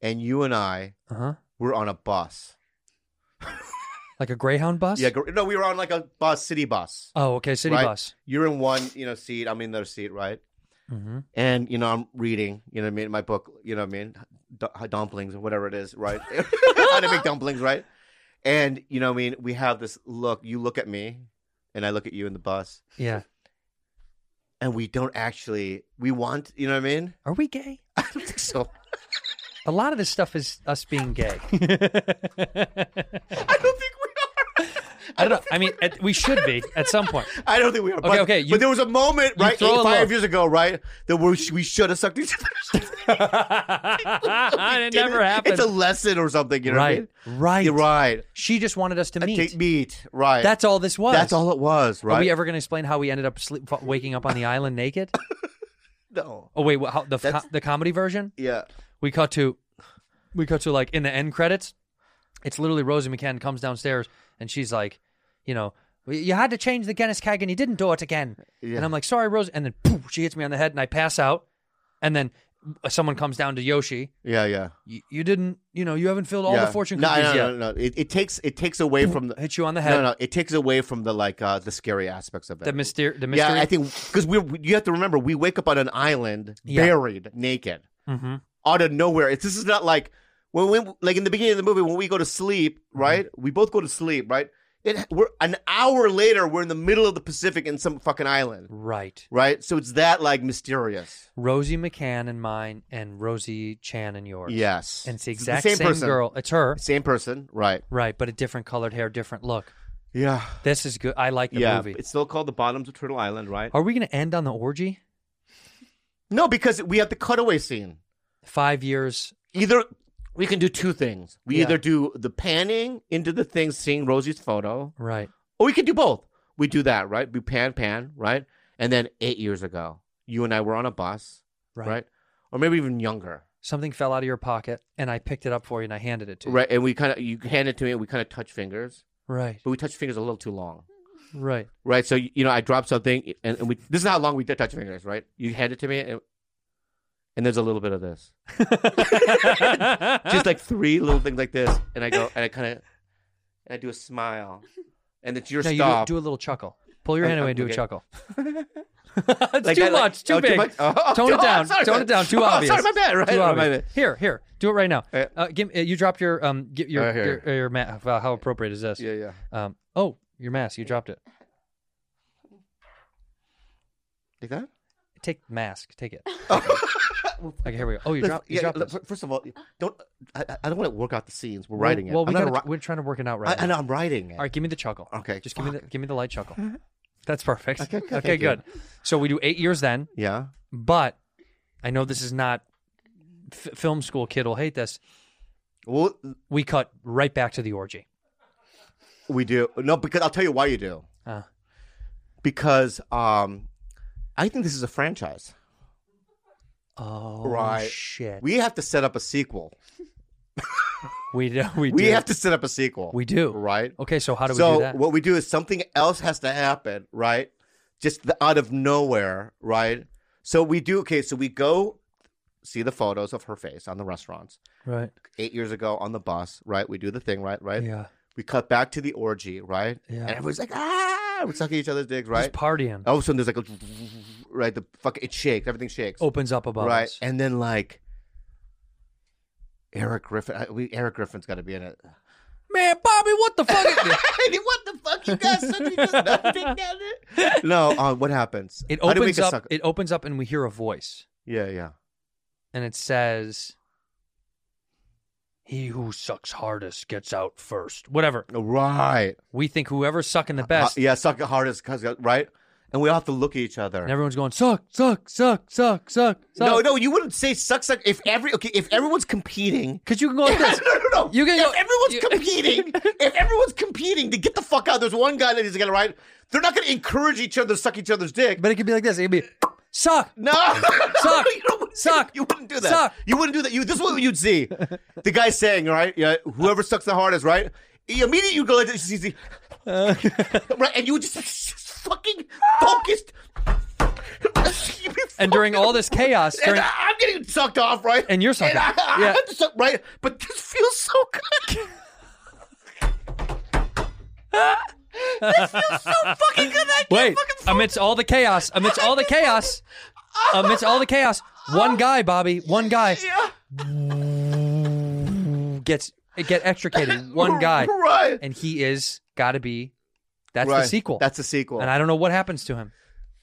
and you and I Uh huh. were on a bus. Like a Greyhound bus. Yeah. gr- No, we were on like a bus, city bus. Oh, okay. City right? bus. You're in one, you know, seat. I'm in the other seat, right? Mm-hmm. and you know I'm reading, you know what I mean, my book, you know what I mean, D- dumplings or whatever it is, right? How to make dumplings, right? And you know what I mean, we have this look. You look at me, and I look at you in the bus, Yeah. and we don't actually. We want, you know what I mean? Are we gay? I don't think so. A lot of this stuff is us being gay. I don't think we are. I don't know. I mean, at, we should be at some point. I don't think we are. Okay, but, okay, you- but there was a moment, you right, throw eight, a five look. years ago, right, that we, sh- we should have sucked each other's. it dick. never happened. It's a lesson or something, you know right, what I mean? right, You're right. She just wanted us to meet. Take meat, right? That's all this was. That's all it was, right? Are we ever going to explain how we ended up sleep, f- waking up on the island naked? no. Oh wait, what, how, the That's- co- the comedy version? Yeah. We cut to, we cut to like in the end credits. It's literally Rosie McCann comes downstairs and she's like, you know, you had to change the Guinness keg and you didn't do it again. And I'm like, sorry, Rosie. And then poof, she hits me on the head and I pass out. And then uh, someone comes down to Yoshi. Yeah, yeah. You, you didn't, you know, you haven't filled all yeah. the fortune no, cookies no, yet. no, no, no. It, it takes it takes away from the Hit you on the head. no, no. It takes away from the like uh the scary aspects of it. The mystery. The mystery. Yeah, I think because we you have to remember we wake up on an island Yeah. buried naked Mm-hmm. out of nowhere. It's, this is Mm-hmm. not like when we like in the beginning of the movie when we go to sleep, right? We both go to sleep, right? It we're an hour later. We're in the middle of the Pacific in some fucking island, Right. right? So it's that like mysterious. Rosie McCann and mine, and Rosie Chan and yours. Yes, And it's the It's exact same, person. girl. It's her. Same person, right? Right, but a different colored hair, different look. Yeah, This is good. I like the yeah. movie. It's still called the Bottoms of Turtle Island, right? Are we going to end on the orgy? No, because we have the cutaway scene. Five years. Either we can do two things. We Yeah. either do the panning into the thing, seeing Rosie's photo, Right. or we can do both. We do that, right? We pan, pan, right? And then eight years ago, you and I were on a bus, Right. right? Or maybe even younger, Something fell out of your pocket, and I picked it up for you, and I handed it to you. right? And we kind of you hand it to me, and we kind of touch fingers, Right. but we touch fingers a little too long, Right. right? So you know, I drop something, and, and we this is how long we did touch fingers, right? You hand it to me, and, and there's a little bit of this, just like three little things like this, and I go and I kind of and I do a smile, and it's your no, you do, stop. do a little chuckle. Pull your hand I'm- away and do okay. a chuckle. it's Like too that, like- much. Too oh, big. much? Oh, Tone it oh, down. sorry. Tone it down. Too Oh, obvious. Sorry, my bad. Right, Too my obvious. bad. Here, here. Do it right now. Uh, Uh, give, uh, you dropped your um. Get your Uh, here. your, your ma- wow, How appropriate is this? Yeah, yeah. Um. Oh, your mask. You dropped it. Like that? Take mask. Take it. okay. Here we go. Oh, you Look, dropped. You yeah, dropped look, this. fir- first of all, don't. I, I- I don't want to work out the scenes. We're writing it. Well, we I'm gotta- not a, we're trying to work it out I, right. I now. know I'm writing it. All right, give me the chuckle. Okay, Just give me the give me the light chuckle. That's perfect. Okay, Okay, okay, thank you. good. So we do eight years then, Yeah. but I know this is not f- film school kid will hate this. Well, We cut right back to the orgy. we do no because I'll tell you why you do. Uh. Because um, I think this is a franchise. Oh Right. shit. We We have to set up a sequel. we do, we, We do. have to set up a sequel. we do Right. Okay, so how do we so do that? what we do is something else has to happen, right? Just the, out of nowhere, right? So we do. Okay, so we go see the photos of her face on the restaurants right. eight years ago on the bus, right? We do the thing, right? Right. Yeah. We cut back to the orgy, right? Yeah. And everyone's like, ah, we're sucking each other's dicks, right? Oh. Just partying. All of a sudden, there's like a right. The fuck, it shakes. Everything shakes. Opens up above right. us. And then like Eric Griffin, I- we, Eric Griffin's got to be in it. Man, Bobby, what the fuck? Is this? what the fuck you guys sucking each other's nothing it? No, uh, what happens? It How do we opens get up. suck- It opens up, and we hear a voice. yeah, yeah. and it says, "He who sucks hardest gets out first. Whatever. Oh, Right. We think whoever's sucking the best, Uh, yeah, suck it hardest, 'cause- right? And we all have to look at each other. and everyone's going suck, suck, suck, suck, suck, suck. no, no, you wouldn't say suck, suck. If every okay, if everyone's competing, because you can go like no, this. no, no, no. You can if go- everyone's you- competing, if everyone's competing to get the fuck out, there's one guy that is gonna right. They're not gonna encourage each other to suck each other's dick. But it could be like this. It could be suck. No, Suck. You don't- Suck. You wouldn't do that. Suck. You wouldn't do that. You. This is what you'd see. The guy saying, right? Yeah, whoever sucks the hardest, right? Immediately you go like this, you see- right, and you would just like, fucking focused. And during all this chaos, and during I'm getting sucked off, right? And you're sucking. And I, Yeah. I'm suck- right. But this feels so good. this feels so fucking good. I can't wait, fucking stop. amidst all the chaos, amidst all the chaos, amidst all the chaos, one guy, Bobby, one guy Yeah. gets get extricated. One guy, Right. and he is got to be. That's right. the sequel. That's the sequel. and I don't know what happens to him.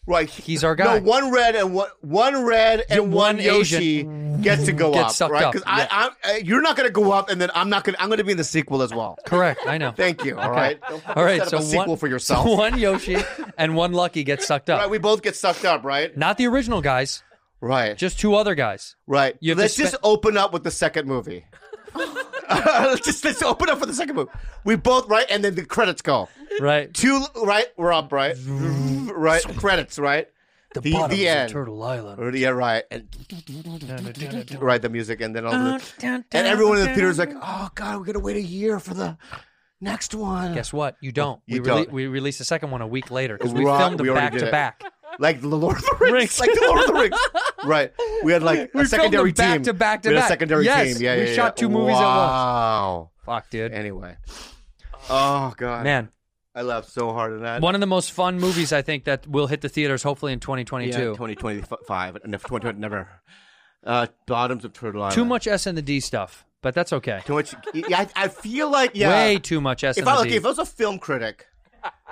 Right, He's our guy. No, one red and one one red and one one, Yoshi gets to go Gets up, sucked right? up, Because yeah. I, I, I, you're not gonna go up, and then I'm not gonna. I'm gonna be in the sequel as well. Correct. I know. Thank you. All right. Don't fucking All right, set up so a sequel one for yourself. One Yoshi and one Lucky gets sucked up. Right, we both get sucked up, right? Not the original guys, Right, just two other guys. right. you have to let's just spend- open up with the second movie. let's just let's open up for the second movie. We both right, and then the credits go. Right. Two right, we're up, right? right, credits, right? the bottoms of end. Turtle Island. Yeah, right. And right, the music, and then all Uh-huh. the, and everyone in the theater is like, "Oh God, we're gonna wait a year for the next one." Guess what? You don't. You we don't. we released the second one a week later because we Right, filmed we them already back did to it. back. Like the Lord of the Rings, Rings. like the Lord of the Rings. Right, we had like We a filmed secondary them back team to back to we had back. A secondary Yes, team. Yeah, we yeah, yeah. shot two movies at once. Wow. Fuck, dude. Anyway, oh God, Man, I laughed so hard at that. one of the most fun movies I think that will hit the theaters hopefully in 2022. yeah, twenty twenty five, and if twenty never. Uh, bottoms of Turtle Island. Too much S and the D stuff, but that's okay. Too much. Yeah, I, I feel like yeah. Way too much S if and I a okay, Z. if I was a film critic,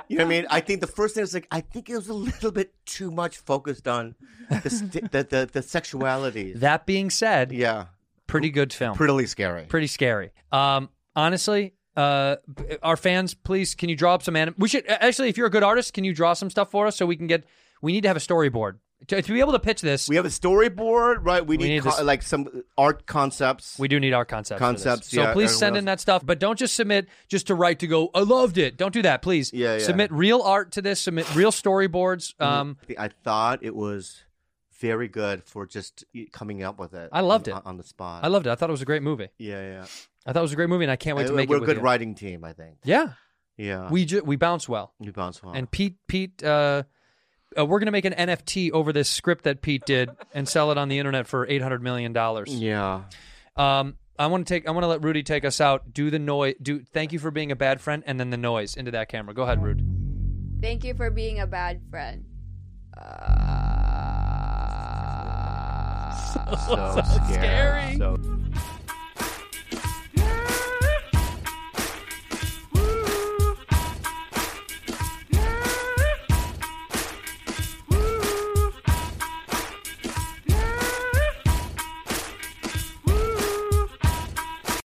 you know what I mean. I think the first thing is like I think it was a little bit too much focused on the st- the, the the sexuality. That being said, Yeah, pretty good film. prettily scary. pretty scary. Um, honestly, uh, b- our fans, please, can you draw up some anim? We should actually, if you're a good artist, can you draw some stuff for us so we can get? We need to have a storyboard to, to be able to pitch this. we have a storyboard, right? We need, need co- this- like some art concepts. We do need our concepts. for this. Concepts, So yeah, please everyone send in else. that stuff, but don't just submit just to write to go. I loved it. Don't do that, please. Yeah, Mm-hmm. yeah. Submit real art to this. Submit real storyboards. Um, I thought it was very good for just coming up with it. I loved on, it. on the spot. I loved it. I thought it was a great movie. Yeah, yeah. I thought it was a great movie, and I can't wait to Uh, make it We're a with good you. writing team, I think. Yeah, Yeah, we ju- we bounce well. you bounce well. And Pete, Pete, uh, uh, we're gonna make an NFT over this script that Pete did and sell it on the internet for eight hundred million dollars. yeah, Um, I want to take, I want to let Rudy take us out. Do the noise. Do thank you for being a bad friend, and then the noise into that camera. Go ahead, Rudy. Thank you for being a bad friend. so, scary. So-